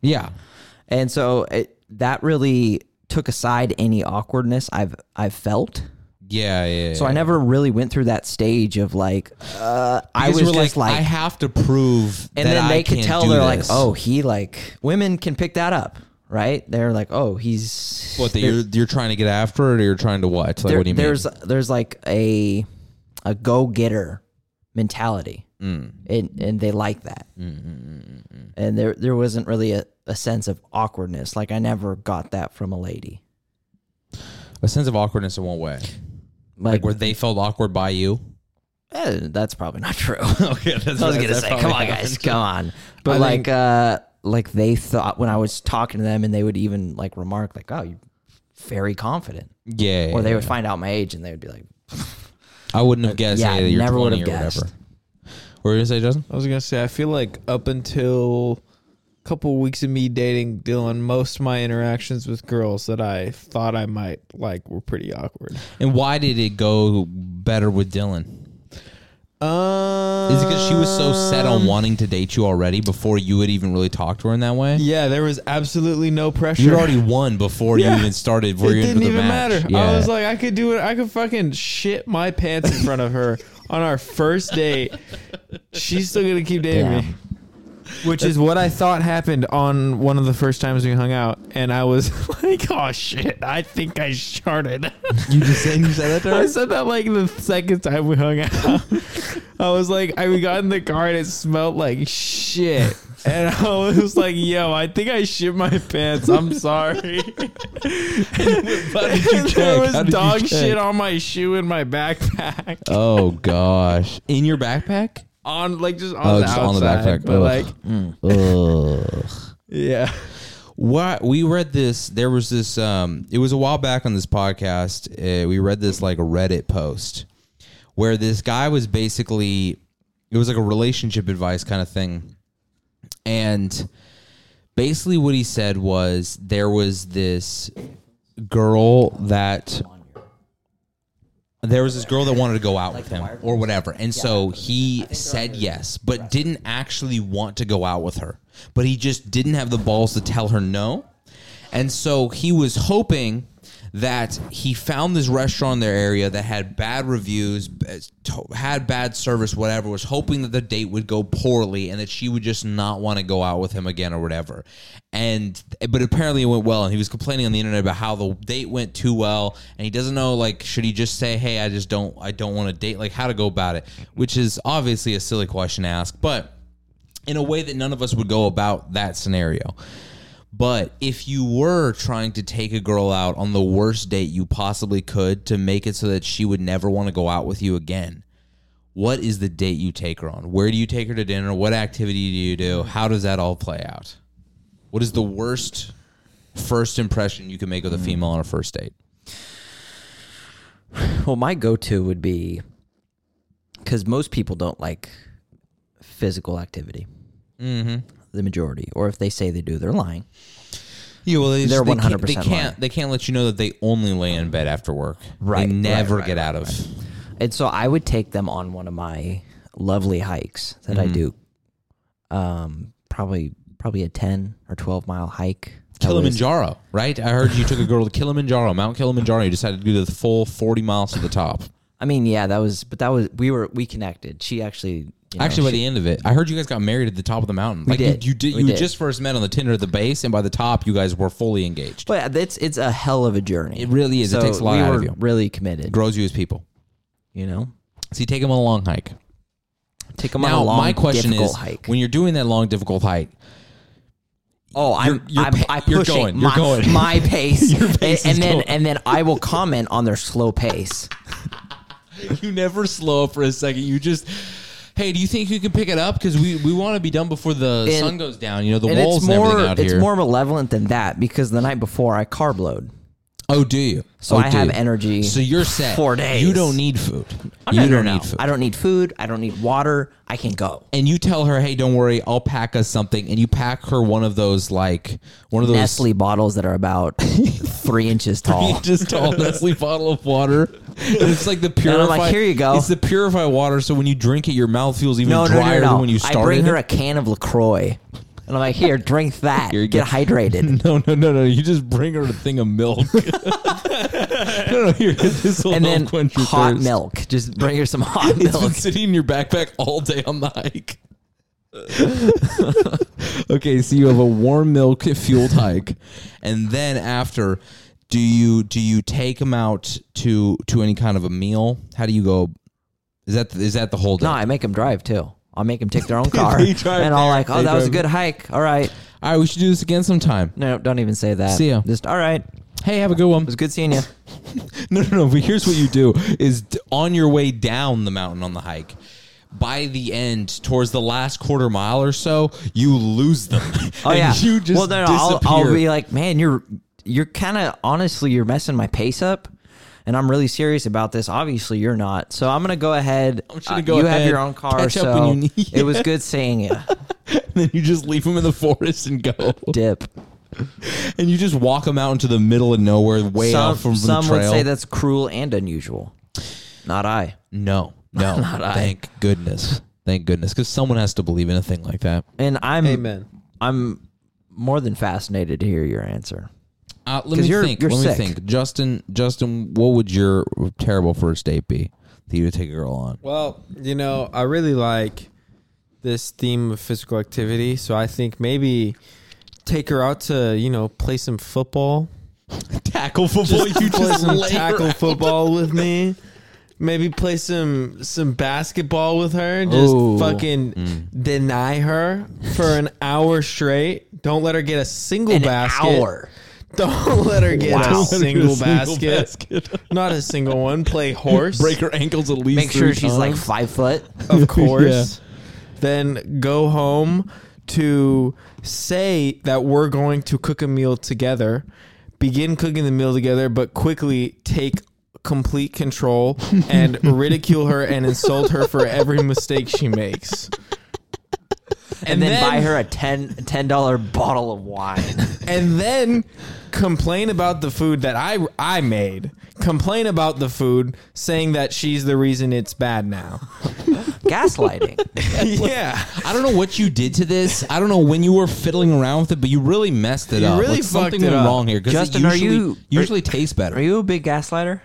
Yeah. And so it, that really took aside any awkwardness I've I've felt. Yeah. Yeah. yeah. So I never really went through that stage of like uh, I was Because just we're like, I have to prove, and that then I they could can tell do they're this. like, oh, he like women can pick that up, right? They're like, oh, he's what that you're you're trying to get after, it or you're trying to what? Like, there- what do you mean? there's there's like a a go getter mentality, Mm. and and they like that. And there there wasn't really a, a sense of awkwardness. Like I never got that from a lady. A sense of awkwardness in one way, Like, like where they felt awkward by you. eh, that's probably not true. Okay, that's I was gonna say, come on, guys, come on. But like, uh, like they thought when I was talking to them, and they would even like remark, like, "Oh, you're very confident," Yeah, or they would find out my age, and they would be like, I wouldn't have guessed. Yeah, Yeah, you're never never would would have have guessed. Whatever. What were you gonna say, Justin? I was gonna say I feel like up until a couple weeks of me dating Dylan, most of my interactions with girls that I thought I might like were pretty awkward. And why did it go better with Dylan? Um, Is it because she was so set on wanting to date you already before you had even really talked to her in that way? Um, Yeah, there was absolutely no pressure. You already won before Yeah. you even started. Before it you didn't into the even match. matter. I Yeah. was like, I could do it. I could fucking shit my pants in front of her on our first date. She's still gonna keep dating me, which is what I thought happened on one of the first times we hung out, and I was like, oh shit, I think I sharted. you just said you said that I said that like the second time we hung out. I was like, I we got in the car and it smelled like shit. And I was like, yo, I think I shit my pants. I'm sorry. And there was How did you dog check? shit on my shoe in my backpack. Oh gosh, in your backpack? On like just on Oh, the just outside. on the backpack. But Ugh. like Ugh. yeah. What we read this, there was this. Um, it was a while back on this podcast. Uh, we read this like Reddit post where this guy was basically. It was like a relationship advice kind of thing, and basically what he said was there was this girl that there was this girl that wanted to go out with him or whatever and so he said yes but didn't actually want to go out with her but he just didn't have the balls to tell her no and so he was hoping that he found this restaurant in their area that had bad reviews, b- to- had bad service, whatever, was hoping that the date would go poorly and that she would just not want to go out with him again or whatever. And but apparently it went well and he was complaining on the internet about how the date went too well and he doesn't know like should he just say, "Hey, I just don't I don't want to date," like how to go about it, which is obviously a silly question to ask, but in a way that none of us would go about that scenario. But if you were trying to take a girl out on the worst date you possibly could to make it so that she would never want to go out with you again, what is the date you take her on? Where do you take her to dinner? What activity do you do? How does that all play out? What is the worst first impression you can make with a female on a first date? Well, my go to would be because most people don't like physical activity. Mm-hmm. The majority, or if they say they do, they're lying. Yeah, well, they, They're they can't- 100% They lying. can't. They can't let you know that they only lay in bed after work. Right, They right, never right, get out of. And so I would take them on one of my lovely hikes that Mm-hmm. I do. Um, probably probably a ten or twelve mile hike. that was- Kilimanjaro, right? I heard you took a girl to Kilimanjaro, Mount Kilimanjaro. You decided to do the full 40 miles to the top. I mean, yeah, that was, but that was we were we connected. She actually you know, Actually, by she- the end of it, I heard you guys got married at the top of the mountain. like did. You, you did. We you did. just first met on the Tinder at the base, and by the top, you guys were fully engaged. but it's it's a hell of a journey. It really is. It takes a lot we out were of you. Really committed. grows you as people. You know, So you take them on a long hike. take them now, on a long, my question difficult is, hike. when you're doing that long, difficult hike, Oh, I'm you're I'm, pa- I'm you're pushing going, you're my, going. my pace, pace is and, and then going. and then I will comment on their slow pace. you never slow up for a second. You just. Hey, do you think you can pick it up? Because we, we want to be done before the And- sun goes down. You know the And walls it's and more everything out it's here. more malevolent than that because the night before I carb load, oh, do you? so Oh, I do have you? energy. So you're set. Four days. You don't need food. I'm you not- don't no, need food. I don't need food. I don't need water. I can go. and you tell her, hey, don't worry, I'll pack us something. And you pack her one of those like one of those Nestle bottles that are about three inches tall. just tall Nestle bottle of water. And it's like the I'm purified. like, "Here you go." It's the purified water, so when you drink it, your mouth feels even No, no, drier no, no. than when you started. I bring her a it. can of Lacroix, and I'm like, here, drink that. Here you Get go. hydrated. no, no, no, no. You just bring her a thing of milk. no, no, here, this will And help then quench your hot thirst. milk. Just bring her some hot It's been milk. sitting in your backpack all day on the hike. okay, so you have a warm milk fueled hike, and then after, do you do you take them out to to any kind of a meal? How do you go? Is that is that the whole No, All I make them drive too. I'll make them take their own car, and drive I'll there. like, oh, They that was a drive- good hike. All right, right, we should do this again sometime. no, don't even say that. See ya. Just all right. Hey, have a good one. It was good seeing you. No, no, no. But here's what you do: is d- on your way down the mountain on the hike. By the end, towards the last quarter mile or so, you lose them. Oh And yeah. you just well, no, no, I'll, I'll disappear. be like, man, you're you're kind of honestly, you're messing my pace up, and I'm really serious about this. Obviously, you're not. So I'm gonna go ahead. uh, I'm just gonna go you ahead, have your own car, catch so up when you need- it was good seeing you. then you just leave them in the forest and go, Dip. and you just walk them out into the middle of nowhere, way some out from some the trail. would say that's cruel and unusual. Not I. no, no. Thank goodness, thank goodness, because someone has to believe in a thing like that. And I'm Amen. I'm more than fascinated to hear your answer. Uh, let 'Cause me you're- think. you're let sick. me think. Justin, Justin, what would your terrible first date be that you would take a girl on? Well, you know, I really like this theme of physical activity, so I think maybe take her out to you know play some football. Tackle football. you play just some lay tackle her- football with me. Maybe play some some basketball with her and just Ooh. fucking Mm. deny her for an hour straight. Don't let her get a single basket. Don't let her get a Wow. single basket. basket. Not a single one. Play horse. Break her ankles at least. Make sure three she's like times. five foot. of course. Then go home to say that we're going to cook a meal together, begin cooking the meal together, but quickly take complete control and ridicule her and insult her for every mistake she makes. and then, then- buy her a 10 dollar bottle of wine. and then complain about the food that I I made. Complain about the food, saying that she's the reason it's bad now. Gaslighting. yeah. I don't know what you did to this. I don't know when you were fiddling around with it, but you really messed it You up. really Like, something fucked it went up. wrong here. 'cause it Justin, are usually- you- usually tastes better? Are you a big gaslighter?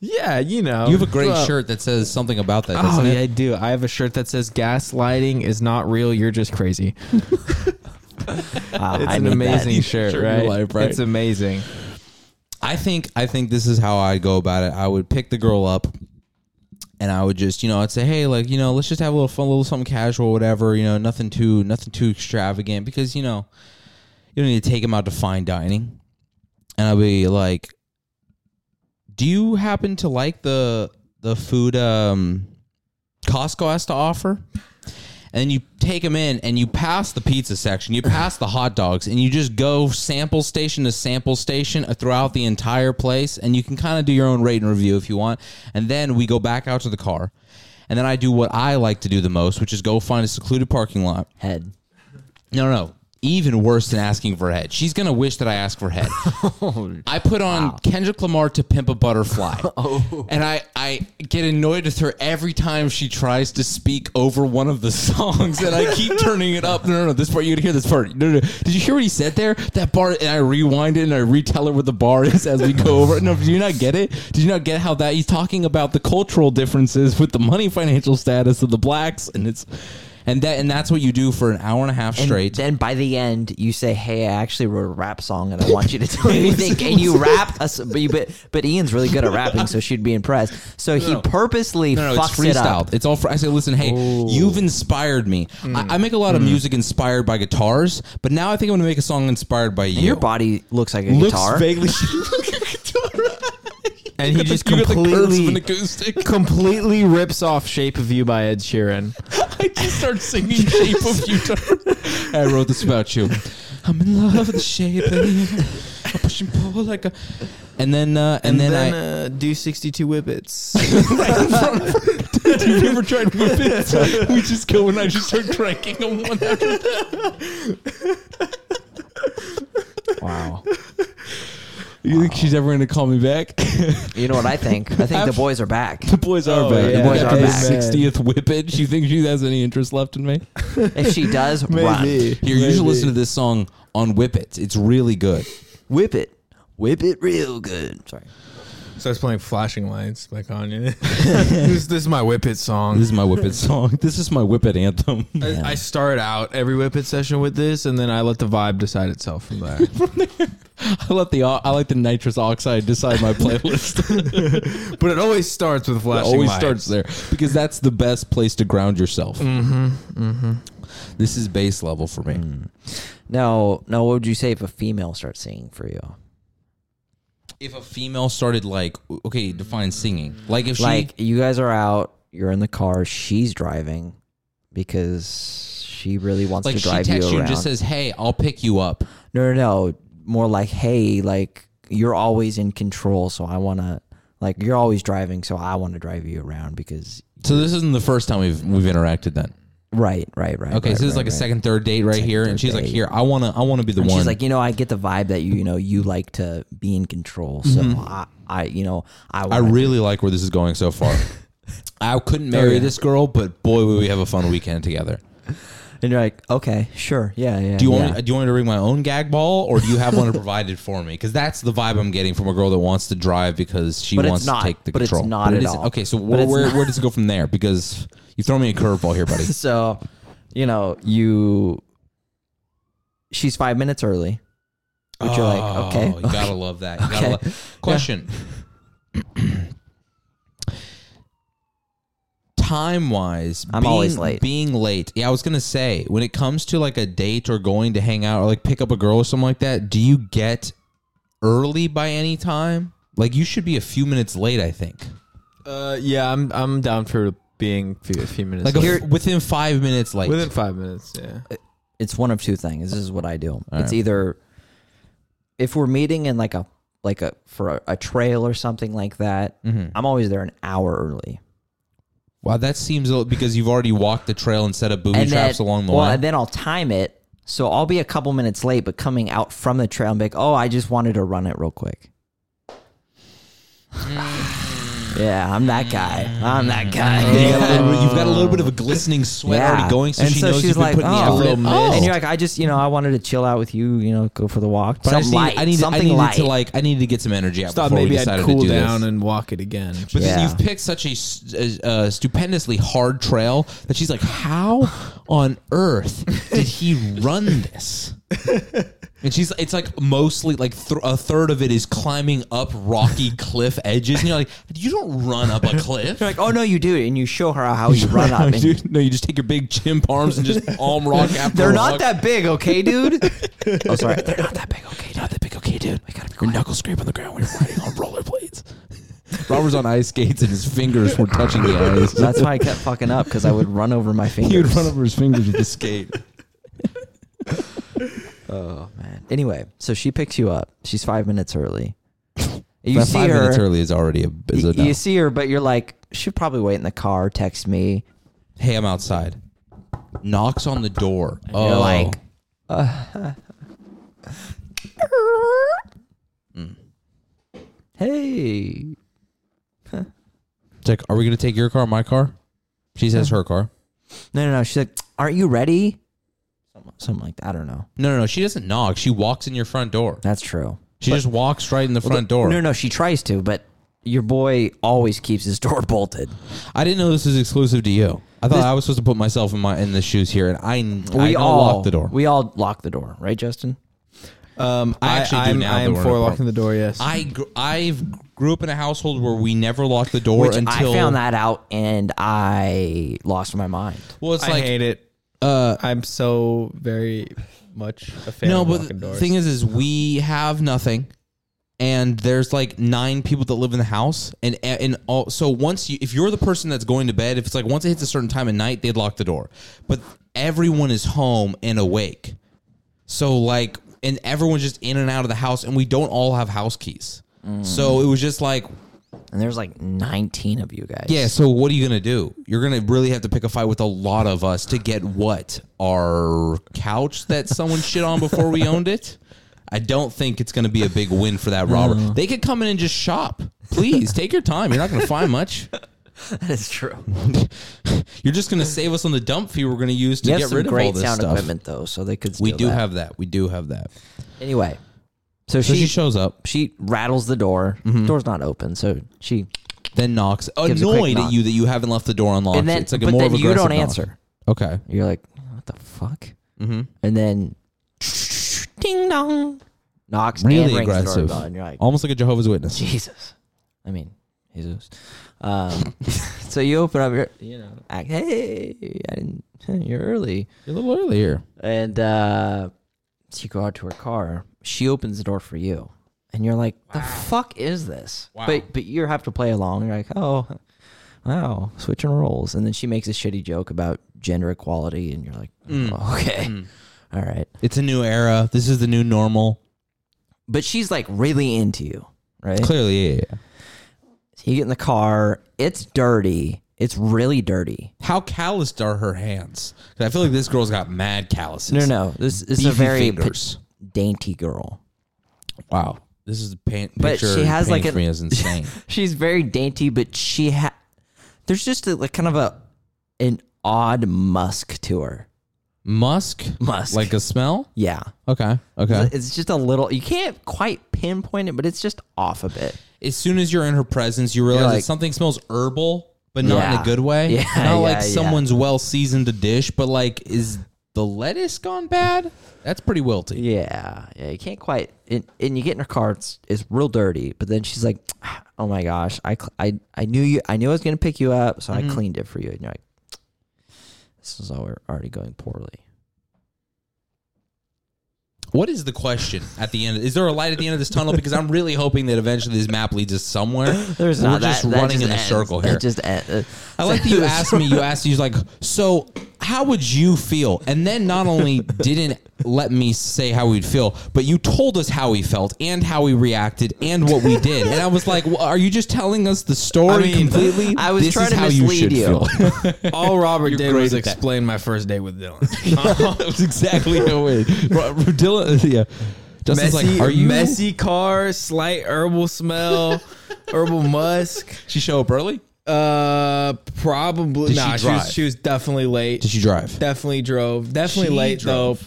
Yeah, you know. You have a great Well, shirt that says something about that, Oh doesn't yeah, I it? do. I have a shirt that says "Gaslighting is not real. You're just crazy." Wow, It's I an need that. amazing shirt, Shirt of your right? life, right? It's amazing. I think I think this is how I'd go about it. I would pick the girl up and I would just, you know, I'd say, hey, like, you know, let's just have a little fun, a little something casual, whatever, you know, nothing too nothing too extravagant because, you know, you don't need to take him out to fine dining. And I'll be like, Do you happen to like the the food um Costco has to offer? and you take them in and you pass the pizza section, you pass the hot dogs, and you just go sample station to sample station throughout the entire place. And you can kind of do your own rate and review if you want. And then we go back out to the car. And then I do what I like to do the most, which is go find a secluded parking lot. Head. No, no. Even worse than asking for head. She's going to wish that I ask for head. I put on Kendrick Lamar to pimp a butterfly. And I, I get annoyed with her every time she tries to speak over one of the songs. And I keep turning it up. No, no, no. This part, you got to hear this part. No, no, no. Did you hear what he said there? That bar. And I rewind it and I retell her what the bar is as we go over it. No, do you not get it? Did you not get how that he's talking about the cultural differences with the money financial status of the blacks? And it's. And that and that's what you do for an hour and a half And straight. Then by the end, you say, "Hey, I actually wrote a rap song, and I want you to tell me what you think." And you rap, us, but, you, but but Ian's really good at rapping, so she'd be impressed. So he purposely No, no, it's fucks it up. freestyled. It's all. Fr- I say, listen, hey, you've inspired me. I, I make a lot of music inspired by guitars, but now I think I'm gonna make a song inspired by you. Your body looks like a looks guitar. vaguely. And he just you got the curves of an completely, acoustic. completely rips off "Shape of You" by Ed Sheeran. I just start singing "Shape of You." I wrote this about you. I'm in love with the shape of you. I push and pull like a. And then, uh, and, then, I. uh, do sixty-two whippets. Have you ever tried whippets? we just go and I just start cranking them one after the Wow. You think she's ever gonna call me back? the You know what I think? I think the boys are back. boys Oh, yeah. The boys Yeah. are back. Amen. Sixtieth whippage. You think she has any interest left in me? If she does, run. Here, you should listen to this song on Whippets. It's really good. Whip it. Whip it real good. Sorry. Starts playing "Flashing Lights" by Kanye. this, this is my whippet song. This is my Whippet song. This is my Whippet anthem. I, I start out every whippet session with this, and then I let the vibe decide itself from there. I let the I let the nitrous oxide decide my playlist. but it always starts with it flashing always lights. starts there because that's the best place to ground yourself. Mm. Mm-hmm, mm-hmm. This is base level for me. No, no. What would you say if a female starts singing for you? If a female started like okay, define singing. Like if she like you guys are out, you're in the car, she's driving because she really wants like to she drive texts you you around. and just says, "Hey, I'll pick you up." no, no, no. More like, hey, like you're always in control, so I want to. Like you're always driving, so I want to drive you around because. So this isn't the first time we've we've interacted then. Right, right, right. Okay, right, so this is right, like a right. second, third date right Second, here, third and she's like, date. "Here, I wanna, I wanna be the And one." she's like, you know, I get the vibe that you, you know, you like to be in control. So I, I, you know, I, Mm-hmm. I wanna do really like where this is going so far. I couldn't marry Oh, yeah. this girl, but boy, would we have a fun weekend together. And you're like, okay, sure, yeah, yeah. Do you yeah. want? Me, do you want me to bring my own gag ball, or do you have one provided for me? Because that's the vibe I'm getting from a girl that wants to drive because she But it's wants not- to take the but it's control. not it at isn't. all. Okay, so But where it's where, not. where does it go from there? Because you throw me a curveball here, buddy. So, you know, you. She's five minutes early, which you're like, okay, Oh, you gotta love that. You gotta Okay. lo- Question. Time wise, I'm being, always late. Being late. Yeah, I was gonna say when it comes to like a date or going to hang out or like pick up a girl or something like that. Do you get early by any time? Like you should be a few minutes late. I think Uh, yeah, I'm I'm down for being f- a few minutes. like Like a- within five minutes late. Uh, within five minutes. Yeah. it's one of two things. This is what I do. right. it's either if we're meeting in like a like a for a, a trail or something like that, Mm-hmm. I'm always there an hour early. wow, that seems a little, because you've already walked the trail and set up booby traps along the well, way. and then I'll time it. So I'll be a couple minutes late, but coming out from the trail and be like, oh, I just wanted to run it real quick. Hmm. yeah, I'm that guy. I'm that guy. You got a little bit- you've got a little bit of a glistening sweat already going, so and she so knows she's you've been like, putting oh, the effort in. oh. and you're like, I just, you know, I wanted to chill out with you, you know, go for the walk. But I just something need, light, I need, something I needed light. to like, I needed to get some energy out Thought before we maybe decided I'd cool to do down this. and walk it again. But then Yeah. you've picked such a, s- a- a stupendously hard trail that she's like, how on earth did he run this? And she's, it's like mostly like th- a third of it is climbing up rocky cliff edges, and you're like, you don't run up a cliff. You're like, oh no, you do, and you show her how you run up. And Dude, no, you just take your big chimp arms and just arm rock after. they're rock. not that big, okay, dude. oh, sorry, they're not that big, okay, not that big, okay, dude. We gotta be quiet. Knuckle scrape on the ground when you're riding on rollerblades. Robert's on ice skates and his fingers were touching the ice. That's why I kept fucking up because I would run over my fingers. He would run over his fingers with the skate. Oh man. Anyway, so she picks you up. She's five minutes early. You that see five her. minutes early is already a, is a y- you no. see her, but you're like, she'll probably wait in the car. Text me. Hey, I'm outside. Knocks on the door. Oh, You're like, Mm. hey, It's like, are we gonna take your car, my car? She says her car. no, no, no. She's like, aren't you ready? Something, something like that. I don't know. No, no, no. She doesn't knock. She walks in your front door. That's true. She just walks right in the front door. No, no, she tries to, but your boy always keeps his door bolted. I didn't know this was exclusive to you. I thought I was supposed to put myself in my in the shoes here, and I I We don't all lock the door. We all lock the door, right, Justin? Um, I I actually do am I now that am we're in for a locking the door. Yes. I gr- I've grew up in a household where we never locked the door Which until I found that out, and I lost my mind. Well, it's I like hate it. Uh, I'm so very much a fan. No, of but locking the doors. thing is, is we have nothing, and there's like nine people that live in the house, and and all, so once you, if you're the person that's going to bed, if it's like once it hits a certain time at night, they'd lock the door, but everyone is home and awake, so like, and everyone's just in and out of the house, and we don't all have house keys, Mm. so it was just like. And there's like 19 of you guys. Yeah, so what are you gonna do? You're gonna really have to pick a fight with a lot of us to get what our couch that someone shit on before we owned it. I don't think it's gonna be a big win for that robber. They could come in and just shop. Please take your time. You're not gonna find much. that is true. You're just gonna save us on the dump fee we're gonna use to You have get some rid of all great this sound stuff. equipment though, so they could. We steal do that. have that. We do have that. anyway. So, So Mm-hmm. she, she she shows up, rattles the door. Door's not open, so she then knocks, Gives a quick annoyed at knock. you that you haven't left the door unlocked. and then it's like a but more then of you aggressive don't knock. answer. Okay. You're like, what the fuck? Mm-hmm. And then ding dong. knocks and Really rings the aggressive. doorbell, and you're like, Almost like a Jehovah's Witness. Jesus. I mean, Jesus. Um, so you open up your, you know, act, hey, I didn't, you're early. You're a little early here. And uh, so you go out to her car. She opens the door for you. And you're like, the fuck is this? Wow. But, but you have to play along. You're like, oh, wow, switching roles. And then she makes a shitty joke about gender equality. And you're like, Mm. oh, okay. All right. It's a new era. This is the new normal. But she's like really into you, right? Clearly, yeah, yeah, yeah. So you get in the car. It's dirty. It's really dirty. How calloused are her hands? 'Cause I feel like this girl's got mad calluses. No, no, this, this is Beefy a very p- fingers. dainty girl. Wow. This is a paint But picture. she has like painted for an- me is insane. She's very dainty, but she ha- there's just a, like kind of a an odd musk to her. Musk, Musk, like a smell. yeah, Okay, okay. it's just a little. You can't quite pinpoint it, but it's just off a bit. As soon as you're in her presence, you realize like- that something smells herbal, but not in Yeah. a good way. Yeah, not yeah, like yeah. someone's well seasoned a dish, but like is the lettuce gone bad? That's pretty wilty. Yeah, yeah, you can't quite. And, and you get in her car, it's, it's real dirty. But then she's like, "Oh my gosh, I, cl- I, I knew you. I knew I was gonna pick you up, so I cleaned it for you." And you're like, "This is all already going poorly." What is the question at the end? Is there a light at the end of this tunnel? Because I'm really hoping that eventually this map leads us somewhere. There's We're not just that- that running just in a ends. circle That here. just end- uh, I like that you asked me. You asked you was like, so how would you feel? And then not only didn't let me say how we'd feel, but you told us how we felt and how we reacted and what we did. And I was like, well, are you just telling us the story I mean, completely? I was This trying is to how mislead should you. feel. All Robert did great was at that. explain my first date with Dylan. that was exactly how it. Ro- Ro- Dylan, uh, yeah. Justin's messy, like, are you messy car, slight herbal smell, herbal musk. She show up early? Uh, probably. Did she nah, she, drive? was, she was definitely late. Did she drive? Definitely drove. Definitely She late drove. though.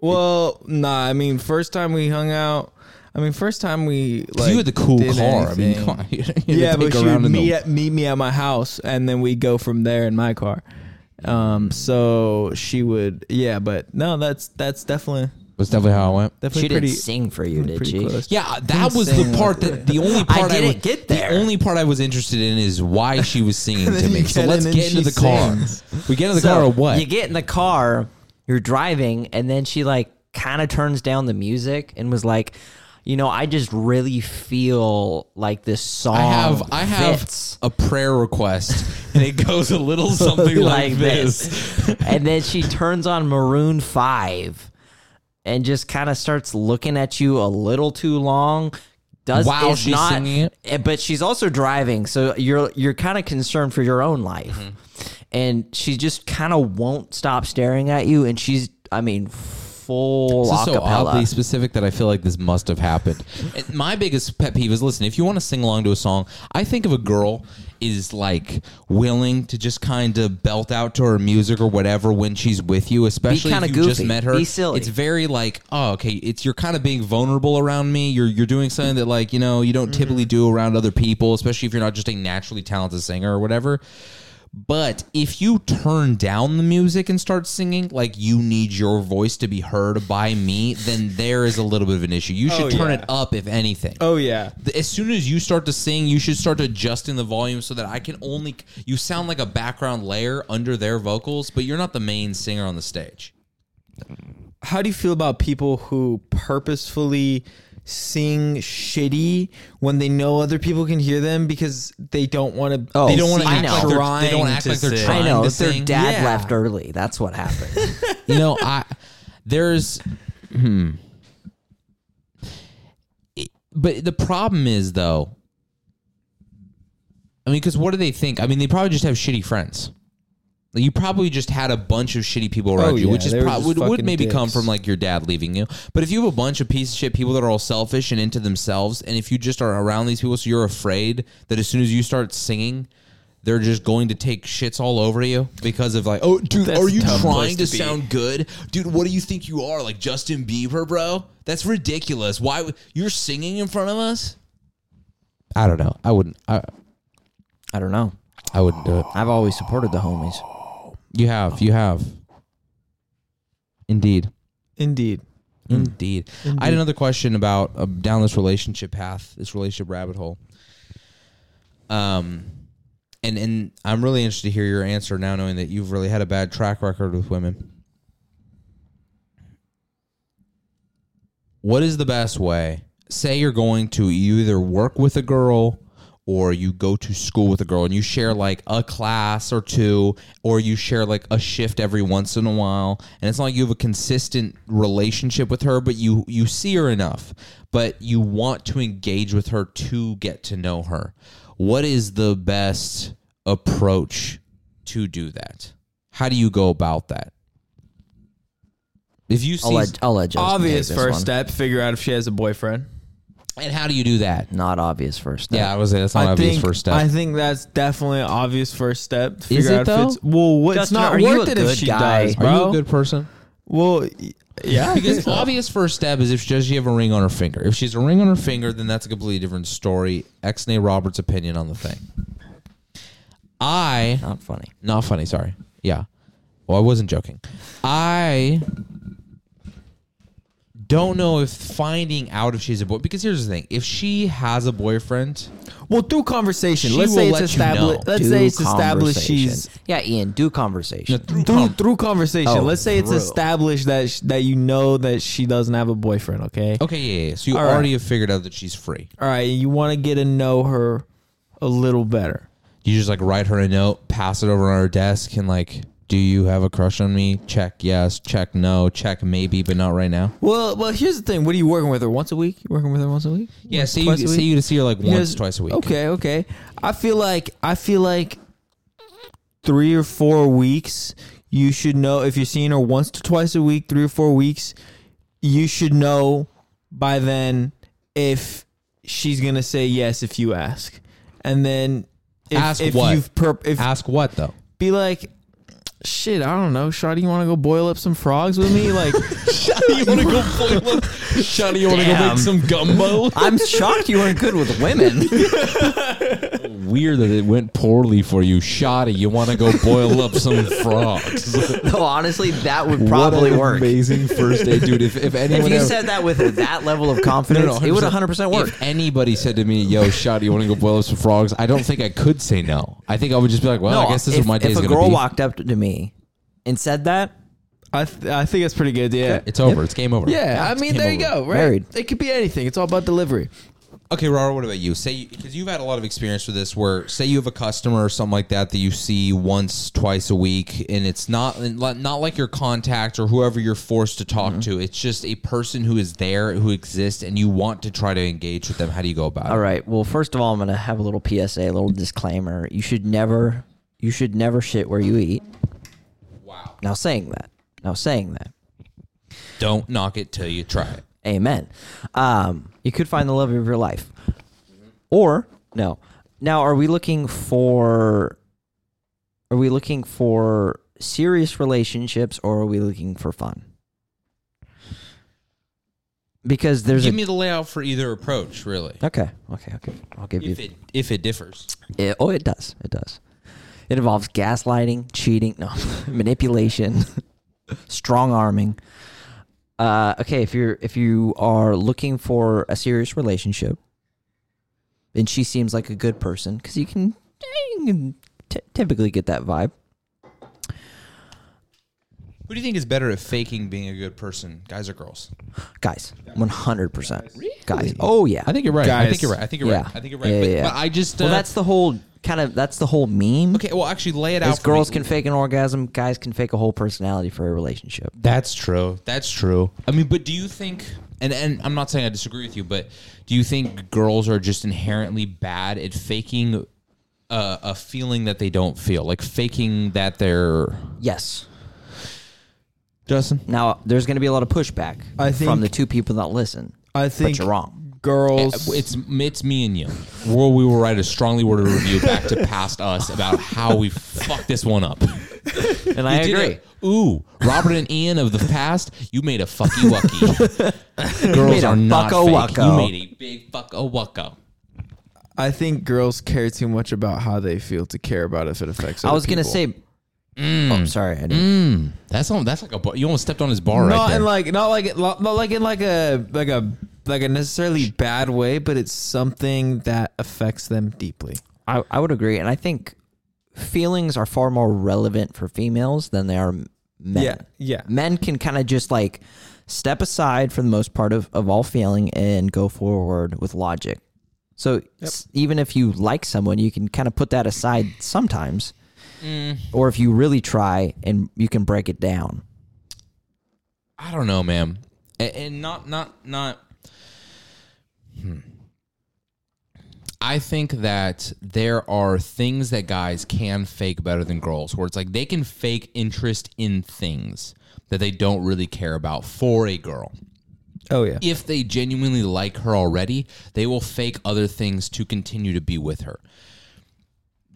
Well, nah. I mean, first time we hung out. I mean, first time we like you had the cool did car. I mean, anything. come on. You didn't yeah, take but she her around would in the- meet, at, meet me at my house, and then we go from there in my car. Um, so she would, yeah, but no, that's that's definitely That's definitely how I went. definitely she pretty, didn't sing for you, did pretty she? close. Yeah, that was the saying part that the only I part I, didn't would- get there. The only part I was interested in is why she was singing to then me. you So get let's in get and into the she car. sings. We get into the So, car or what? You get in the car, you're driving, and then she like kind of turns down the music and was like, you know, I just really feel like this song. I Oh, have I have fits a prayer request, and it goes a little something like, this. and then she turns on Maroon Five, and just kind of starts looking at you a little too long. Does While is she's not, singing it? eh, but she's also driving, so you're you're kind of concerned for your own life, Mm-hmm. and she just kind of won't stop staring at you, and she's I mean full This is so oddly acapella. specific that I feel like this must have happened. And my biggest pet peeve is listen, if you want to sing along to a song, I think of a girl is like willing to just kind of belt out to her music or whatever when she's with you, especially if kinda you just goofy. met her. Be silly. It's very like, oh, okay, it's you're kind of being vulnerable around me. You're you're doing something that like, you know, you don't Mm-hmm. typically do around other people, especially if you're not just a naturally talented singer or whatever. But if you turn down the music and start singing, like you need your voice to be heard by me, then there is a little bit of an issue. You should Oh, turn yeah. it up, if anything. Oh yeah, The- As soon as you start to sing, you should start adjusting the volume so that I can only. You sound like a background layer under their vocals, but you're not the main singer on the stage. how do you feel about people who purposefully sing shitty when they know other people can hear them because they don't want to Oh, they don't want see, to I act like know. they're, They don't act like they're trying I trying know to it's their sing. dad Yeah. left early. That's what happened. you know, I there's hmm. It- but the problem is though. I mean, because what do they think? I mean, they probably just have shitty friends. Like, you probably just had a bunch of shitty people around Oh, you, yeah, which is they were prob- just would, would fucking maybe come dicks. from like your dad leaving you. But if you have a bunch of piece of shit people that are all selfish and into themselves, and if you just are around these people, so you're afraid that as soon as you start singing, they're just going to take shits all over you because of like, oh, dude, That's are a you tough trying place to, to be. sound good, dude? What do you think you are, like Justin Bieber, bro? That's ridiculous. Why would- you're singing in front of us? I don't know. I wouldn't. I, I don't know. I wouldn't do it. I've always supported the homies. You have. You have. Indeed. indeed Indeed. I had another question about uh, down this relationship path, this relationship rabbit hole. Um, and and I'm really interested to hear your answer now, knowing that you've really had a bad track record with women. What is the best way? Say you're going to you either work with a girl or you go to school with a girl and you share like a class or two or you share like a shift every once in a while and it's not like you have a consistent relationship with her but you you see her enough but you want to engage with her to get to know her what is the best approach to do that how do you go about that if you see I'll let, I'll let Justin take Obvious this first one. step: figure out if she has a boyfriend. and how do you do that Not obvious first step. yeah i was that's not an obvious think, first step I think that's definitely an obvious first step. to Figure it out though? If it's, well, what, it's Justin, not are you worth a it if good she guy? dies, Are bro. person Well, y- yeah, I because think so. obvious first step is if she does she have a ring on her finger. If she has a ring on her finger, then that's a completely different story. Ex Nay Roberts' opinion on the thing. I Not funny. not funny. Sorry. Yeah. Well, I wasn't joking. I don't know if finding out if she's a boy because here's the thing: if she has a boyfriend, Well, through conversation, She let's will say let it's you know. established. Let's Do say it's established conversation. she's Yeah, Ian, do conversation. through, through com- through conversation. Oh, let's say it's through. established that sh- that you know that she doesn't have a boyfriend. Okay. okay, yeah, yeah, yeah. So you All right. already have figured out that she's free. All right. You want to get to know her a little better. You just like write her a note, pass it over on her desk, and like, do you have a crush on me? Check yes, check no, check maybe, but not right now. Well, well. Here's the thing. What are you working with her once a week? You working with her once a week? Yeah, Once- see you, twice a see week? you to see her like You once, guys- twice a week. Okay, okay. I feel like I feel like three or four weeks. You should know if you're seeing her once to twice a week, three or four weeks. You should know by then if she's gonna say yes if you ask, and then if, Ask if what? you've perp- if Ask what though? be like. Shit, I don't know. Shawty, you want to go boil up some frogs with me? Like, you want to go boil up? Shawty, you want to go make Damn. some gumbo? I'm shocked you weren't good with women. Weird that it went poorly for you, shoddy. You want to go boil up some frogs? no, honestly, that would probably what an work. Amazing first date, dude. If if anyone If you ever- said that with that level of confidence, it would 100% work. If anybody said to me, "Yo, shot, you want to go boil up some frogs?" I don't think I could say no. I think I would just be like, "Well, I guess this if, is what my day's If a gonna girl be." walked up to me and said that, I, th- I think that's pretty good. Yeah, It's over. It's game over. yeah. I mean, there you go. Right? Married. It could be anything. It's all about delivery. Okay, Rara, what about you? Say because you've had a lot of experience with this, where say you have a customer or something like that that you see once, twice a week, and it's not not like your contact or whoever you're forced to talk to. It's just a person who is there, who exists, and you want to try to engage with them. How do you go about all it? right. Well, first of all, I'm gonna have a little PSA, a little disclaimer. You should never, you should never shit where you eat. Wow! Now saying that, now saying that, Don't knock it till you try it. amen. Um, you could find the love of your life, or no. Now, are we looking for? Are we looking for serious relationships, or are we looking for fun? Because there's Give a me the layout for either approach, really. okay, okay, okay. I'll give you If it if it differs, It, oh, it does. It does. It involves gaslighting, cheating, no, manipulation, strong arming. Uh, okay, if you're if you are looking for a serious relationship, and she seems like a good person, because you can, you can t- typically get that vibe. who do you think is better at faking being a good person, guys or girls? Guys, one hundred percent. Guys, oh yeah. I think you're right. I Guys. think you're right. I think you're Yeah. right. I think you're right. Yeah, but, yeah, yeah. but I just uh, well, that's the whole kind of that's the whole meme. okay. Well, actually, lay it out. is for me. girls can fake an orgasm, guys can fake a whole personality for a relationship. That's true. That's true. I mean, but do you think and and I'm not saying I disagree with you, but do you think girls are just inherently bad at faking uh, a, a feeling that they don't feel, like faking that they're Yes. Justin? Now, there's going to be a lot of pushback I think- from the two people that listen. I think you're wrong. Girls, It's it's me and you. Where we will write a strongly worded review back to past us about how we fucked this one up. And I Did agree. it. Ooh, Robert and Ian of the past, you made a fucky wucky. Girls made a are not fucko fake. wucko. You made a big fucko wucko. I think girls care too much about how they feel to care about if it affects. I other was going to people. Mm. say Oh, sorry. I didn't. Mm, That's on, that's like a bar. You almost stepped on his bar not right there. in like not like not like in like a like a like a necessarily bad way, but it's something that affects them deeply. I, I would agree. And I think feelings are far more relevant for females than they are men. yeah. Men can kind of just like step aside for the most part of, of all feeling and go forward with logic. So s- even if you like someone, you can kind of put that aside sometimes. Mm, Or if you really try and you can break it down. I don't know, man. And, and not not not. Hmm. I think that there are things that guys can fake better than girls, where it's like they can fake interest in things that they don't really care about for a girl. Oh yeah. If they genuinely like her already, they will fake other things to continue to be with her.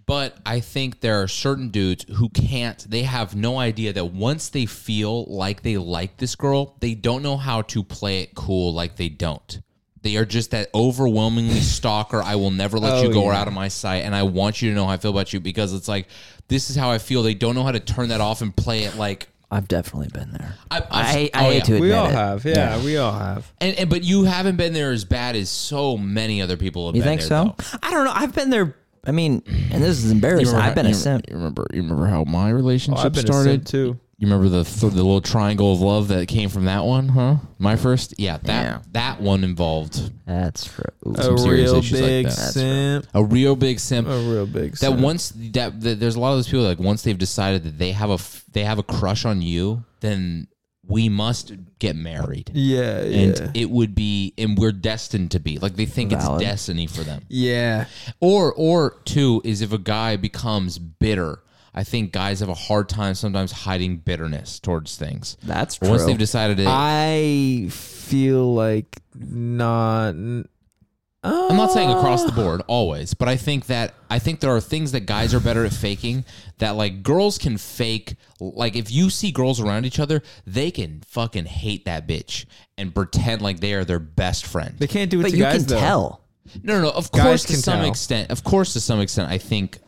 But I think there are certain dudes who can't, they have no idea that once they feel like they like this girl, they don't know how to play it cool like they don't. They are just that overwhelmingly stalker. I will never let you Oh, go or yeah. out of my sight. And I want you to know how I feel about you because it's like, this is how I feel. They don't know how to turn that off and play it like. I've definitely been there. I- I've- I, I oh, hate yeah. to admit We all it. have. Yeah, we all have. And, and but you haven't been there as bad as so many other people have You been think there, so? though. I don't know. I've been there. I mean, and this is embarrassing. I've been a simp. You remember? You remember how my relationship I've been started started too. You remember the So the little triangle of love that came from that one, huh? My first, yeah, that Yeah. that one involved That's true. Ooh. A serious real issues like big that. That's simp. a real big simp. Oh, A real big that simp. once that, that there's a lot of those people like once they've decided that they have a f- they have a crush on you, then we must get married, Yeah, yeah. and it would be and we're destined to be like they think Valid. it's destiny for them. yeah. Or or two is if a guy becomes bitter. I think guys have a hard time sometimes hiding bitterness towards things. That's Once true. they've decided it, I feel like not I'm not saying across the board always, but I think that I think there are things that guys are better at faking that like girls can fake. Like if you see girls around each other, they can fucking hate that bitch and pretend like they are their best friend. they can't do it but to you guys can though. tell. No, no, no. Of Guys course, to can some tell. extent, of course, to some extent, I think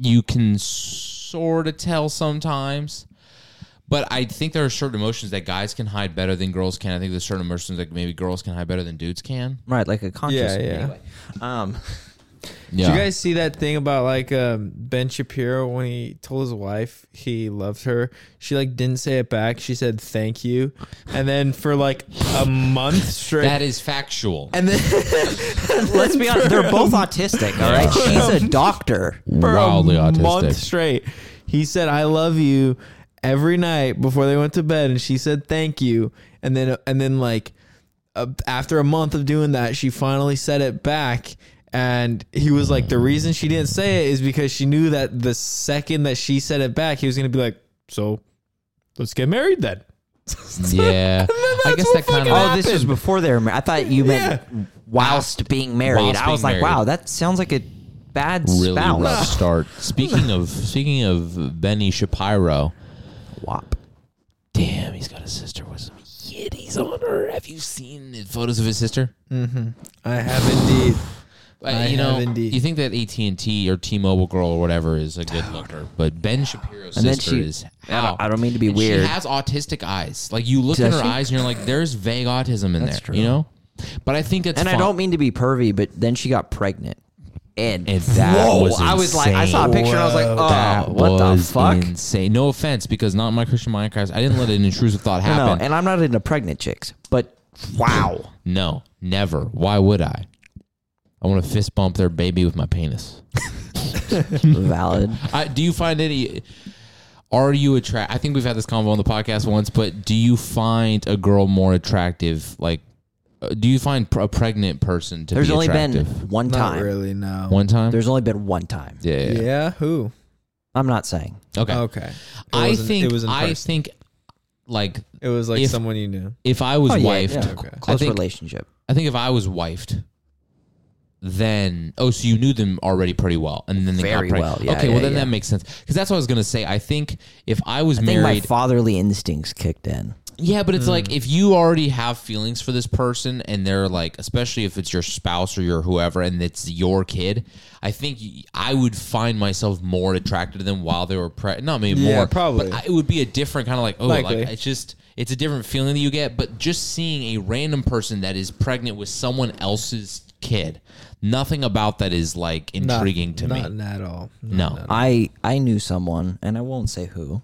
you can sort of tell sometimes. But I think there are certain emotions that guys can hide better than girls can. I think there's certain emotions that maybe girls can hide better than dudes can. Right, like a conscious. Yeah, yeah. Anyway. Um, yeah. Did you guys see that thing about like um, Ben Shapiro when he told his wife he loved her? She like didn't say it back. She said thank you, and then for like a month straight, That is factual. and then let's be honest. They're both autistic. All right. She's a doctor. for Wildly a month autistic. straight, he said I love you every night before they went to bed, and she said thank you, and then and then like uh, after a month of doing that, she finally said it back. And he was like, the reason she didn't say it is because she knew that the second that she said it back, he was going to be like, so let's get married then. yeah, I guess that kind of. Oh, this was before they were married. I thought you meant whilst being married. Whilst I was being like, wow, married. that sounds like a bad really rough spouse. start. Speaking of speaking of Benny Shapiro, Wop. damn, he's got a sister with some yitties on her. Have you seen the photos of his sister? I have indeed. Uh, I you know, have indeed. you think that AT and T or T Mobile girl or whatever is a good looker, but Ben Shapiro's And then sister she- is. I don't- How? I don't mean to be And weird. She has autistic eyes. Like you look Does in her she? eyes and you're like, there's vague autism in That's there. true. You know, but I think it's And I fine. don't mean to be pervy, but then she got pregnant. And, And that whoa, was I was like, I saw a insane. picture and I was like, oh, That what the was fuck? Insane. No offense, because not in my Christian Minecraft. I didn't let an intrusive thought No, happen. No, and I'm not into pregnant chicks, but wow. never. Why would I? I want to fist bump their baby with my penis. Valid. I, do you find any? Are you attract? I think we've had this convo on the podcast once, but do you find a girl more attractive? Like, uh, do you find pr- a pregnant person to There's be only attractive? been one Not time. really, no. one time? There's only been one time. yeah, yeah, yeah. yeah. who? I'm not saying. Okay. Okay. Oh, It I wasn't- think. it was in I person. think. Like, it was like if- someone you knew. if I was Oh, yeah, wifed, yeah. Okay. Close I think relationship. I think if I was wifed, then oh, so you knew them already pretty well, and then they Very got well, pregnant. yeah, okay, yeah, well then yeah. that makes sense because that's what I was gonna say. I think if I was I think my married, fatherly instincts kicked in. Yeah, but it's Hmm. like if you already have feelings for this person and they're like, especially if it's your spouse or your whoever and it's your kid, I think y- I would find myself more attracted to them while they were pregnant. Not maybe Yeah, more. probably. But I, it would be a different kind of like, oh, Likely. like it's just, it's a different feeling that you get. But just seeing a random person that is pregnant with someone else's kid, nothing about that is like Not- intriguing to not me. at all. No. I I knew someone, and I won't say who,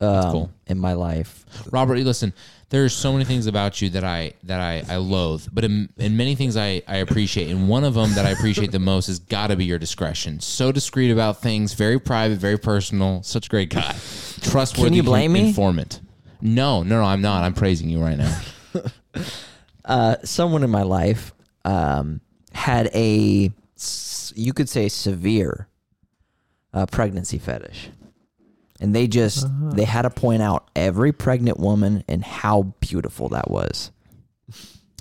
um, cool. in my life. Robert, listen. There are so many things about you that I that I, I loathe, but in, in many things I, I appreciate. And one of them that I appreciate the most has got to be your discretion. So discreet about things, very private, very personal. Such a great guy, trustworthy. Can you blame me? Informant. No, no, no. I'm not. I'm praising you right now. Uh, someone in my life um, had a s- you could say severe uh, pregnancy fetish, and they just Uh-huh. they had to point out every pregnant woman and how beautiful that was.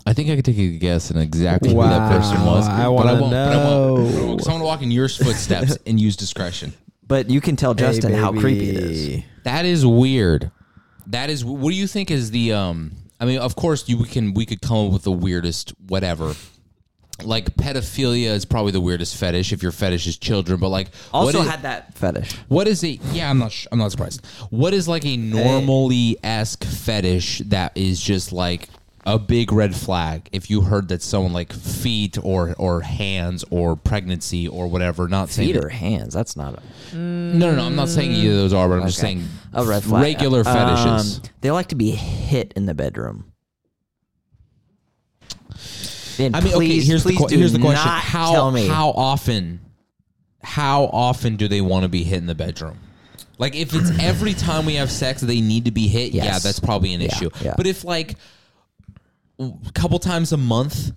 I think I could take a guess on exactly who Wow, that person was. I but wanna won't, but I won't. know. But I won't, 'cause I want to walk in your footsteps and use discretion. But you can tell Justin how creepy it is. That is weird. That is what do you think is the um I mean of course you we can we could come up with the weirdest whatever. Like pedophilia is probably the weirdest fetish if your fetish is children, but like Also what is, had that fetish. what is it? Yeah, I'm not sh- I'm not surprised. What is like a normally esque fetish that is just like a big red flag if you heard that someone like feet or or hands or pregnancy or whatever not saying Feet or hands? That's not. A, no no no I'm not saying either of those are but I'm just saying a red flag. regular fetishes Um, they like to be hit in the bedroom. Then I mean, please, okay. Here's please the que- do here's the question. not How tell me. how often how often do they want to be hit in the bedroom? Like if it's every time we have sex they need to be hit, yeah, Yes. that's probably an issue. yeah. But if like a couple times a month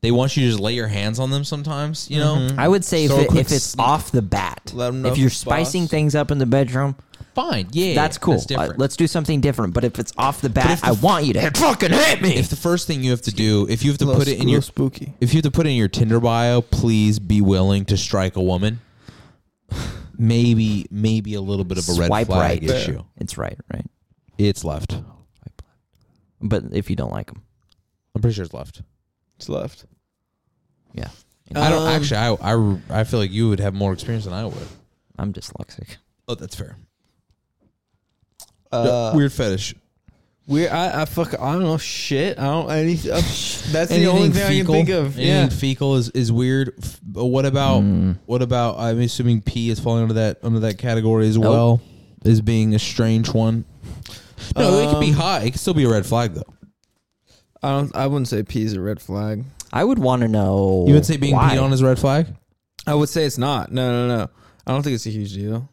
they want you to just lay your hands on them sometimes, you know? I would say So a if, it, quick if it's sneak. off the bat, Let 'em know if you're if it's boss. spicing things up in the bedroom, Fine. Yeah. that's cool. Uh, different. let's do something different. But if it's off the bat, if the- I want you to hit, fucking hit me. if the first thing you have to do, if you have to put it in your spooky. if you have to put in your Tinder bio, please be willing to strike a woman. Maybe, maybe a little bit of a red Swipe flag right. issue. It's right, right. It's left. But if you don't like them, I'm pretty sure it's left. It's left. yeah, I don't Um, actually. I, I I feel like you would have more experience than I would. I'm dyslexic. Oh, that's fair. Uh, Weird fetish. Weird. I, I fuck. I don't know shit. I don't. Any, uh, that's the Anything only thing fecal, I can think of. anything Yeah. fecal is, is weird. F- But what about Hmm. what about? I'm assuming P is falling under that under that category as well. Is being a strange one. No, it could be Um, hot. It could still be a red flag though. I don't. I wouldn't say P is a red flag. I would want to know. You would say being Oh, why. peed on is a red flag? I would say it's not. No, no, no. I don't think it's a huge deal.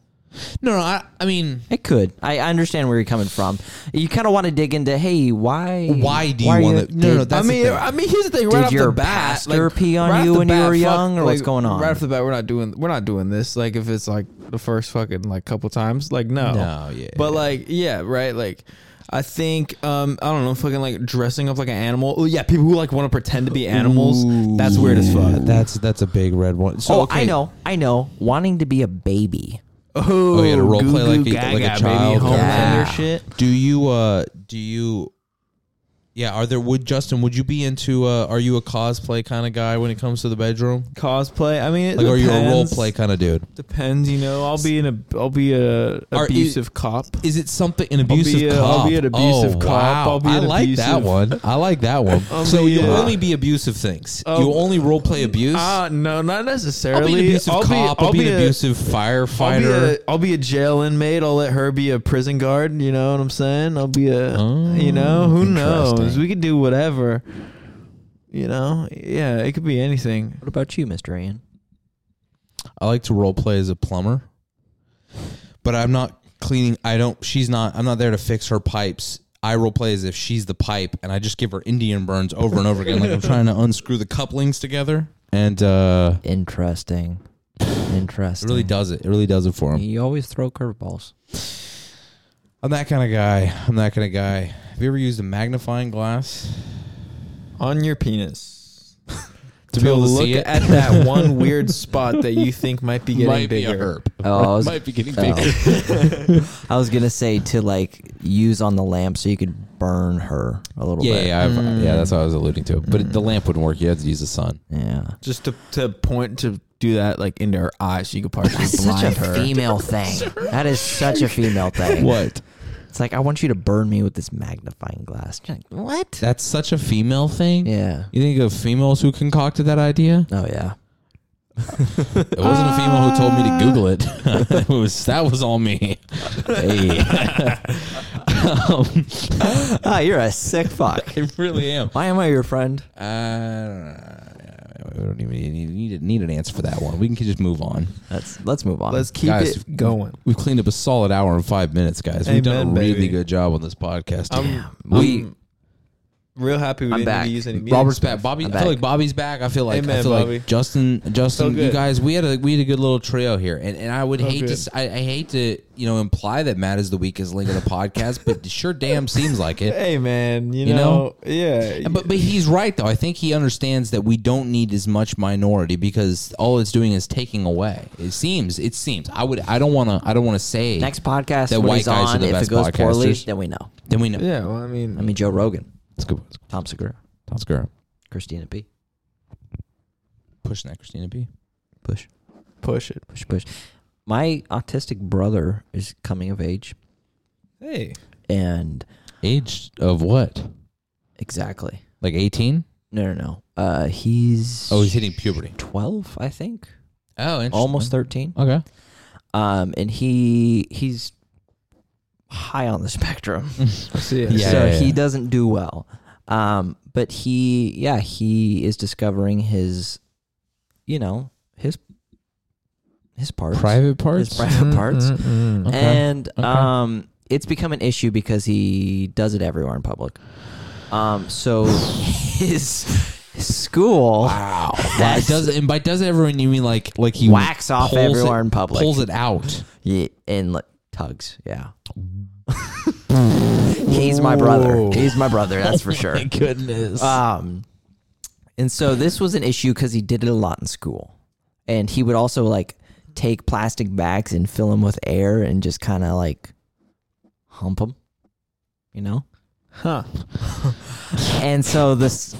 No, no. I, I mean, It could. I I understand where you're coming from. You kind of want to dig into, hey, why? Why do you are wanna- no, no, that's I the mean, thing. I mean, here's the thing. Right Did off your the bat, pastor pee on right off you the when you were fuck, young, or what's going on? Right off the bat, we're not doing. We're not doing this. Like, if it's like the first fucking like couple times, like no, No, yeah. But like, yeah, right. Like, I think um, I don't know, fucking like dressing up like an animal. Oh yeah, people who like want to pretend to be animals. that's weird as fuck. That's that's a big red one. So, oh, okay. I know, I know. Wanting to be a baby. Oh, yeah, to role play goo-goo like a- like a gaga, child. baby, Homelander Yeah. shit. Do you uh do you yeah, are there would Justin, would you be into uh are you a cosplay kind of guy when it comes to the bedroom? Cosplay. I mean, it Like are you a role depends. play kind of dude? Depends, you know. I'll be in a. I'll be a Are- abusive cop. Is it something an abusive be a- cop? I'll be an abusive oh, cop. Wow. I'll be I an like that abusive- one. I like that one. I'll so be you a- only be abusive things. Oh. you only role play abuse. Uh, no, not necessarily. I'll be an abusive cop. I'll, be, an a- abusive I'll be, firefighter. a, I'll be a jail inmate. I'll let her be a prison guard. You know what I'm saying? I'll be a, you know, who knows? Oh, interesting. We could do whatever. You know, yeah, it could be anything. What about you, Mister Ian? I like to role play as a plumber, but I'm not cleaning. I don't. She's not. I'm not there to fix her pipes. I role play as if she's the pipe, and I just give her Indian burns over and over again, like I'm trying to unscrew the couplings together. And uh, Interesting. it Interesting. really does it. It really does it for him. You always throw curveballs. I'm that kind of guy. I'm that kind of guy. Have you ever used a magnifying glass On your penis. to, be able to look see it? at that one weird spot that you think might be getting Might be bigger. a herb. Oh, I was, Might be getting oh. I was gonna say to like use on the lamp so you could burn her a little Yeah, bit. yeah, I've, Yeah, that's what I was alluding to. But the lamp wouldn't work. You had to use the sun. yeah. Just to, to point to do that like into her eyes, so you could partially That's such blind a her. female thing. That is such a female thing. What? It's like I want you to burn me with this magnifying glass. You're like, what? That's such a female thing. Yeah. You think of females who concocted that idea? Oh yeah. It wasn't a female who told me to Google it. it was that was all me. Hey, Ah, you're a sick fuck. I really am. Why am I your friend? Uh, I don't even need, need, need an answer for that one. We can just move on. Let's let's move on. Let's keep Guys, it going. We've cleaned up a solid hour and five minutes, guys. We've done a Amen, really baby. good job on this podcast. we real happy we I'm didn't back. need to use any music. Robert's back. Bobby, I I'm feel back. like Bobby's back. I feel like I Amen, feel Bobby. like Justin, So Justin, you good. guys, we had a we had a good little trio here, and, and I would hate good. to s- I, I hate to you know imply that Matt is the weakest link of the podcast, but it sure damn seems like it. Hey man, you, You know, yeah. And But but he's right though. I think he understands that we don't need as much minority because all it's doing is taking away. It seems. It seems. I would. I don't want to. I don't want to say Next podcast That when white he's guys are on, the if best it goes poorly, podcasters. then we know. Then we know. yeah, well, I mean, I mean Joe Rogan, It's good. It's good. Tom Segura, Tom Segura. Christina P. Pushing that Christina B. Push, push it. push, push. My autistic brother is coming of age, Hey, and Age of what? exactly. Like eighteen? No, no, no. Uh, he's Oh, he's hitting puberty. twelve, I think, Oh, interesting. almost thirteen. Okay. Um, and he he's high on the spectrum. see ya. Yeah, so yeah, he yeah. doesn't do well. Um, but he, yeah, he is discovering his, you know, his his parts, Private his parts. Mm-hmm, private parts, Mm-mm. and okay. um, it's become an issue because he does it everywhere in public. Um, so his school, Wow. By That's- does and by does everyone you mean like like he Whacks off pulls everywhere it- in public. Pulls it out. yeah, and like tugs, yeah. He's my brother. He's my brother. That's for sure. Oh Goodness. Um, and so this was an issue because he did it a lot in school, and he would also like take plastic bags and fill them with air and just kind of like hump them, you know. Huh. And so this,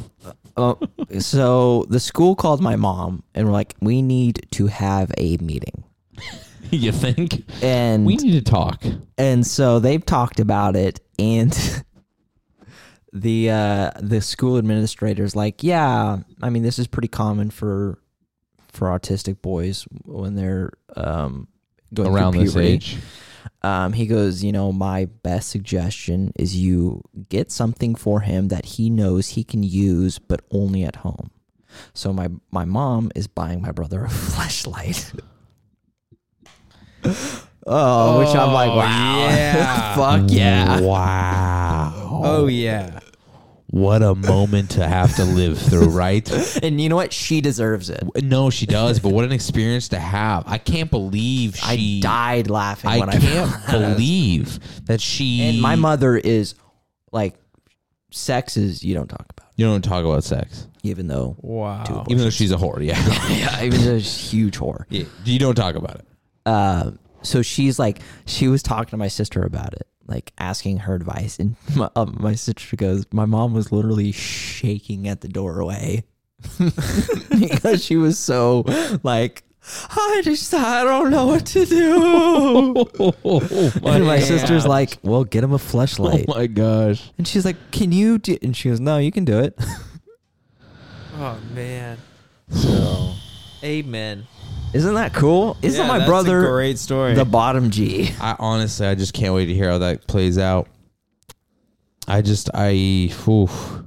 uh, so the school called my mom and were like, "We need to have a meeting." you think? And We need to talk. and so they've talked about it and the uh the school administrator's like yeah i mean this is pretty common for for autistic boys when they're um going Around through this puberty. age. um he goes you know my best suggestion is you get something for him that he knows he can use but only at home so my my mom is buying my brother a flashlight Oh, which I'm like, wow, fuck Mm. yeah. Wow. Oh yeah. What a moment to have to live through, right? And you know what? She deserves it. No, she does, but what an experience to have. I can't believe she I died laughing I when I can't found out. believe that she And my mother is like, sex is you don't talk about, You don't talk about sex. even though Wow. Even though she's a whore, yeah. yeah, even though she's a huge whore. yeah. You don't talk about it. Uh, so she's like, she was talking to my sister about it, like asking her advice, and my, uh, my sister goes, my mom was literally shaking at the doorway because she was so like. I just I don't know what to do. Oh and my sister's like, "Well, get him a flashlight." my gosh. And she's like, "Can you do?" And she goes, "No, you can do it." Oh man. So, Amen. isn't that cool? Isn't Yeah, my that's a brother great story. the bottom G? I honestly I just can't wait to hear how that plays out. I just I oof.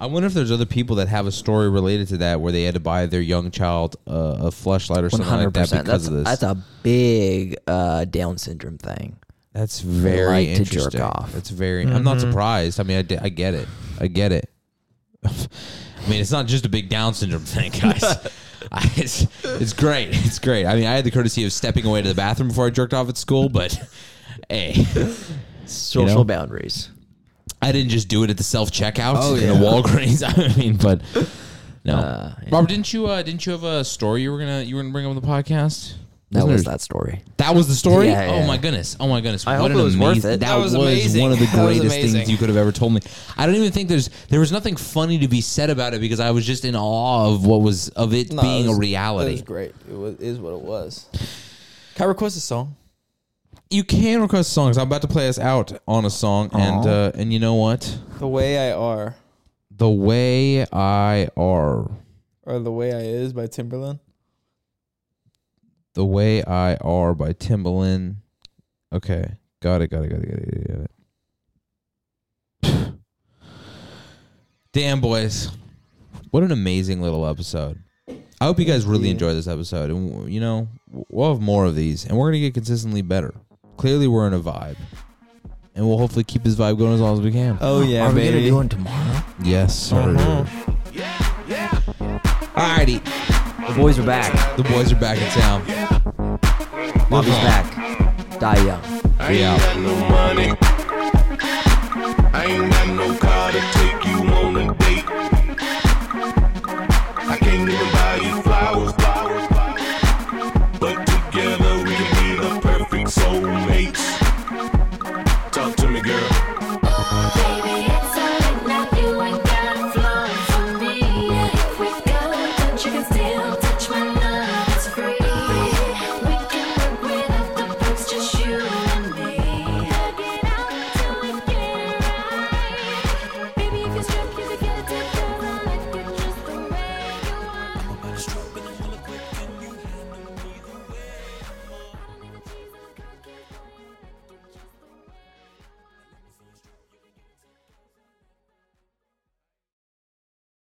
I wonder if there's other people that have a story related to that where they had to buy their young child uh, a flashlight or One something hundred like that percent. because That's of this. that's a big uh, Down syndrome thing. That's very like to jerk interesting. off. That's very. I'm not surprised. I mean, I, di- I get it. I get it. I mean, it's not just a big Down syndrome thing, guys. I, it's, it's great. It's great. I mean, I had the courtesy of stepping away to the bathroom before I jerked off at school, but hey, Social know? boundaries. I didn't just do it at the self checkout Oh, in yeah. the Walgreens. I mean, but no. Uh, yeah. Robert, didn't you uh, didn't you have a story you were gonna you were gonna bring up on the podcast? That Isn't was there- that story. That was the story. Yeah, yeah, oh yeah. my goodness! Oh my goodness! I What hope an it was worth amazing- it. That, That was, was one of the amazing. That was greatest things amazing. you could have ever told me. I don't even think there's there was nothing funny to be said about it because I was just in awe of what was of it No, being it was- a It was reality. great. It was, is what it was. Can I request a song? You can request songs. I'm about to play us out on a song, and uh, and you know what? The Way I Are The way I are, or The Way I Is by Timberland. the way I are by Timbaland. Okay, got it, got it, got it, got it, got it. Got it. Damn, boys, what an amazing little episode. I hope you guys really enjoyed this episode, and w- you know we'll have more of these, and we're gonna get consistently better. Clearly, we're in a vibe, and we'll hopefully keep this vibe going as long as we can. Oh Uh-huh. yeah, Are we baby. gonna do one tomorrow? Yes, sir. Alrighty, The boys are back. the boys are back in town. Bobby's back. Die young. I ain't got no money. I ain't got no